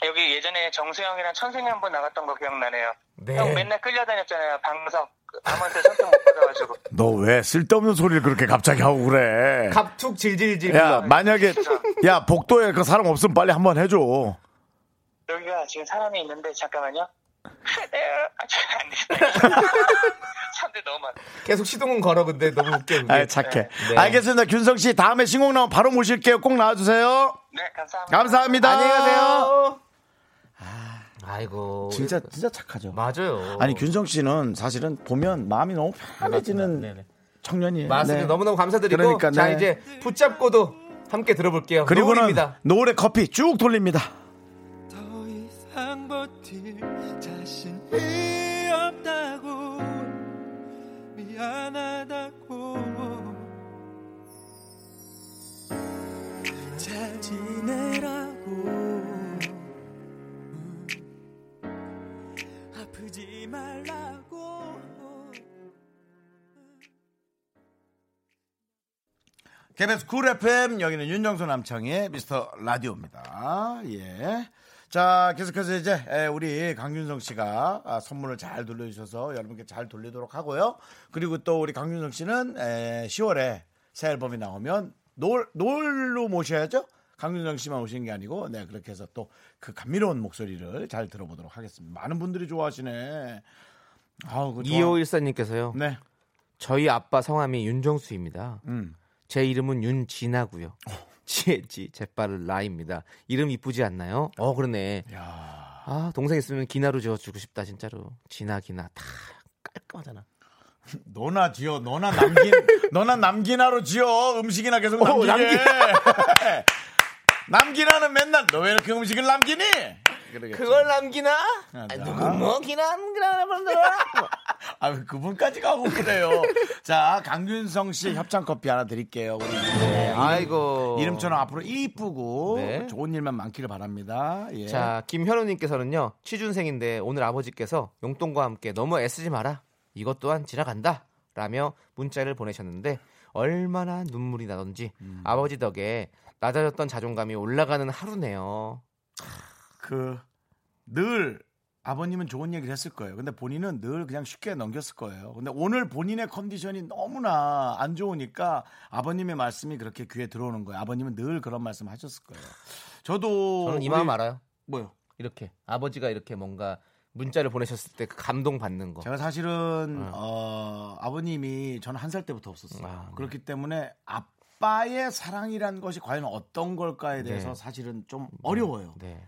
여기 예전에 정수영이랑 천생이 한 번 나갔던 거 기억나네요.
네.
형 맨날 끌려다녔잖아요. 방석. 그 아무한테 선택 못
<laughs>
받아가지고.
너 왜 쓸데없는 소리를 그렇게 갑자기 하고 그래?
갑툭 질질질.
야, 만약에 야, 복도에 그 사람 없으면 빨리 한번 해 줘.
여기가 지금 사람이 있는데, 잠깐만요. <laughs> 아, 잘안
<laughs>
되겠다. 사람들 너무 많아.
계속 시동은 걸어, 근데 너무 웃겨. 그게.
아, 착해.
네.
알겠습니다. 균성 씨 다음에 신곡 나오면 바로 모실게요. 꼭 나와 주세요.
네, 감사합니다.
감사합니다.
안녕히 가세요. 아. 아이고.
진짜 진짜 착하죠.
맞아요.
아니, 균성 씨는 사실은 보면 마음이 너무
네네.
편해지는 청년이에요.
맞습니다.
네.
너무너무 감사드리고
그러니까,
자
네.
이제 붙잡고도 함께 들어볼게요.
그리고는
노을입니다.
노을의 커피 쭉 돌립니다.
더 이상 버틸 자신이 없다고 미안하다고 잘 지내라고 아프지 말라고
KBS 쿨 FM 여기는 윤정수 남창희의 미스터 라디오입니다. 예. 자 계속해서 이제 에, 우리 강균성 씨가 아, 선물을 잘 돌려주셔서 여러분께 잘 돌리도록 하고요. 그리고 또 우리 강균성 씨는 에, 10월에 새 앨범이 나오면 노을 노을로 모셔야죠. 강균성 씨만 오시는 게 아니고 네 그렇게 해서 또 그 감미로운 목소리를 잘 들어보도록 하겠습니다. 많은 분들이 좋아하시네. 아우 그 좋아.
2514님께서요.
네.
저희 아빠 성함이 윤정수입니다.
음.
제 이름은 윤진아고요.
어.
지혜지 제빠를 라입니다. 이름 이쁘지 않나요? 어 그러네. 아 동생 있으면 기나로 지어주고 싶다 진짜로. 진아 기나 다 깔끔하잖아.
너나 지어, 너나 남긴,
<laughs>
너나 남기나로 지어. 음식이나 계속
오,
남기게. <laughs> 남기나는 맨날 너 왜 이렇게 음식을 남기니? 그러겠죠.
그걸 남기나?
아,
아,
나.
누구 뭐 기나 안 기나 그러더라.
아, 왜 그분까지 가고 그래요? 자, 강균성 씨 협찬 커피 하나 드릴게요. 우리 네,
아이고.
이름처럼 앞으로 이쁘고
어. 네.
좋은 일만 많기를 바랍니다. 예.
자, 김현우님께서는요, 취준생인데 오늘 아버지께서 용돈과 함께 너무 애쓰지 마라. 이것 또한 지나간다. 라며 문자를 보내셨는데 얼마나 눈물이 나던지
음.
아버지 덕에 낮아졌던 자존감이 올라가는 하루네요.
그 늘 아버님은 좋은 얘기를 했을 거예요. 근데 본인은 늘 그냥 쉽게 넘겼을 거예요. 근데 오늘 본인의 컨디션이 너무나 안 좋으니까 아버님의 말씀이 그렇게 귀에 들어오는 거예요. 아버님은 늘 그런 말씀 하셨을 거예요. 저도
저는 이
우리-
마음 알아요.
뭐요?
이렇게 아버지가 이렇게 뭔가 문자를 보내셨을 때 그 감동 받는 거.
제가 사실은 어, 아버님이 저는 한 살 때부터 없었어요.
아, 네.
그렇기 때문에 아빠의 사랑이란 것이 과연 어떤 걸까에 대해서
네.
사실은 좀 어려워요.
네.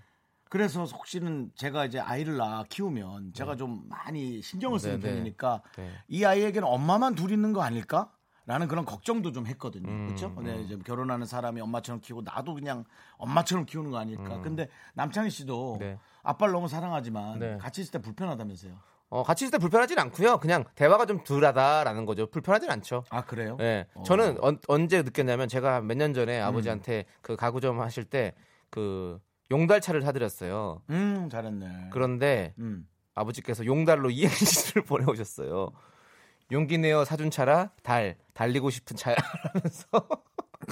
그래서 속씨는 제가 이제 아이를 낳아 키우면 제가 좀 많이 신경을 쓰는
네, 네.
편이니까
네.
이 아이에게는 엄마만 둘 있는 거 아닐까? 라는 그런 걱정도 좀 했거든요.
음,
그렇죠? 네, 이제 결혼하는 사람이 엄마처럼 키우고 나도 그냥 엄마처럼 키우는 거 아닐까? 근데 남창희 씨도
음. 네.
아빠를 너무 사랑하지만
네.
같이 있을 때 불편하다면서요.
어, 같이 있을 때 불편하진 않고요. 그냥 대화가 좀 덜하다라는 거죠. 불편하진 않죠.
아, 그래요?
예.
어.
저는 언, 언제 느꼈냐면 제가 몇 년 전에 아버지한테
음.
그 가구점 하실 때 그 용달차를 사드렸어요.
음, 잘했네.
그런데
음. <laughs>
아버지께서 용달로 이행시를 <laughs> 보내오셨어요. 용기 내어 사준 차라 달 달리고 싶은 차야 하면서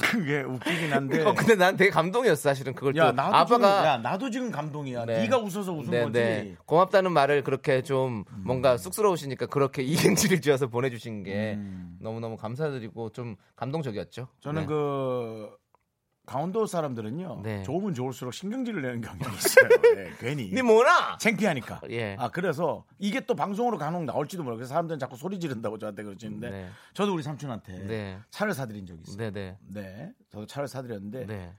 그게 웃기긴
<laughs>
한데.
어, 근데 난 되게 감동이었어 사실은 그걸
네. 야,
또
나도 지금, 야,
아빠가
나도 지금 감동이야.
네.
네. 가 웃어서 웃은
네,
거지. 음.
네. 고맙다는 말을 그렇게 좀 뭔가 쑥스러우시니까 그렇게 이행시를 지어서 보내주신 게 너무너무 감사드리고 좀 감동적이었죠
음. 저는
네.
그 강원도 사람들은요.
네.
좋으면 좋을수록 신경질을 내는 경향이
<laughs>
있어요. 네, 괜히.
니 뭐나
창피하니까.
예.
아 그래서 이게 또 방송으로 간혹 나올지도 모르고 그래서 사람들은 자꾸 소리 지른다고 저한테 그러시는데
네.
저도 우리 삼촌한테
네.
차를 사드린 적이 있어요. 네.
네네
저도 차를 사드렸는데
네.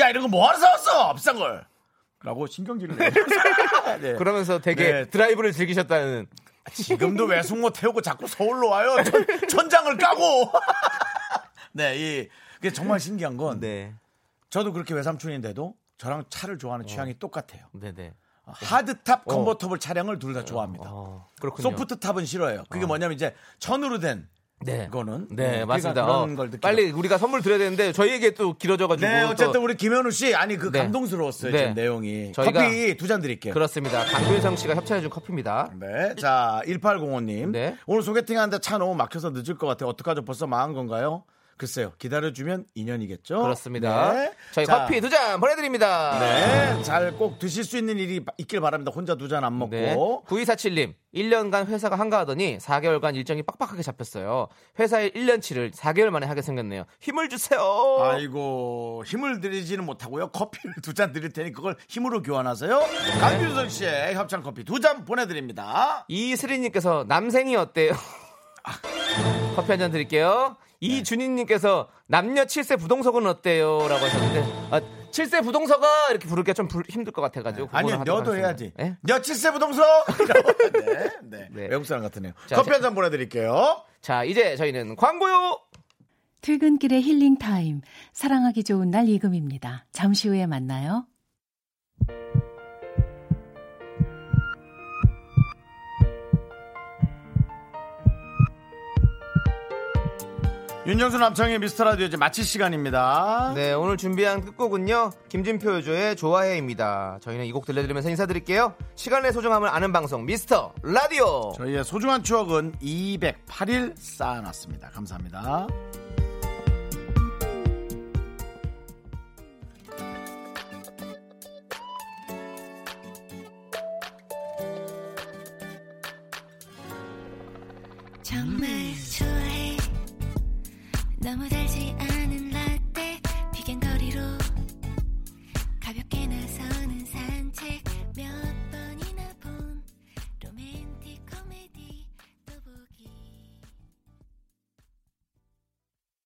야 이런 거 뭐하러 사왔어 비싼 걸. 라고 신경질을
<laughs>
내요. 네.
그러면서 되게
네.
드라이브를 즐기셨다는
지금도 외숙모 태우고 자꾸 서울로 와요. 천- 천장을 까고. <laughs> 네, 이 그게 정말 신기한 건
네
저도 그렇게 외삼촌인데도 저랑 차를 좋아하는
어.
취향이 똑같아요.
네네
하드탑 컨버터블 차량을 둘 다 좋아합니다.
어, 그렇군요
소프트탑은 싫어요. 그게 뭐냐면 이제 천으로 된
네.
그거는
네,
그러니까
맞습니다.
그런
어,
걸 느끼고.
빨리 우리가 선물 드려야 되는데 저희에게 또 길어져가지고.
네, 어쨌든
또
우리 김현우 씨 아니 그
네.
감동스러웠어요
네.
지금 내용이.
저희가-
커피 두 잔 드릴게요.
그렇습니다. 강균성 씨가 협찬해준 커피입니다.
네, 자 1805님
네.
오늘 소개팅하는데 차 너무 막혀서 늦을 것 같아요. 어떡하죠? 벌써 망한 건가요? 글쎄요, 기다려주면 인연이겠죠.
그렇습니다.
네.
저희
자,
커피 두 잔 보내드립니다.
네, 잘 꼭 드실 수 있는 일이 있길 바랍니다. 혼자 두 잔 안 먹고.
네. 9247님, 1년간 회사가 한가하더니 4개월간 일정이 빡빡하게 잡혔어요. 회사의 1년치를 4개월 만에 하게 생겼네요. 힘을 주세요.
아이고 힘을 드리지는 못하고요. 커피를 <laughs> 두 잔 드릴 테니 그걸 힘으로 교환하세요. 강균선 씨의 협찬 커피 두 잔 보내드립니다.
이슬희님께서 남생이 어때요? <laughs> 커피 한 잔 드릴게요.
네.
이준희님께서 남녀 7세 부동석은 어때요? 라고 하셨는데, 아, 7세 부동석아! 이렇게 부르기가 좀 불- 힘들 것 같아가지고.
네. 아니요,
구분을 하도록
너도 해야지.
하겠습니다. 예?
너 칠세 <laughs>
<laughs>
부동석. 네, 네.
네.
외국 사람 같으네요.
자,
커피
자.
한 잔 보내드릴게요.
자, 이제 저희는 광고요!
퇴근길의 힐링 타임. 사랑하기 좋은 날 이금입니다. 잠시 후에 만나요.
윤정수 남창의 미스터 라디오 이제 마칠 시간입니다.
네, 오늘 준비한 끝곡은요. 김진표 요조의 좋아해입니다. 저희는 이 곡 들려드리면서 인사드릴게요. 시간의 소중함을 아는 방송, 미스터 라디오!
저희의 소중한 추억은 208일 쌓아놨습니다. 감사합니다.
정말 좋아해 너무 달지 않아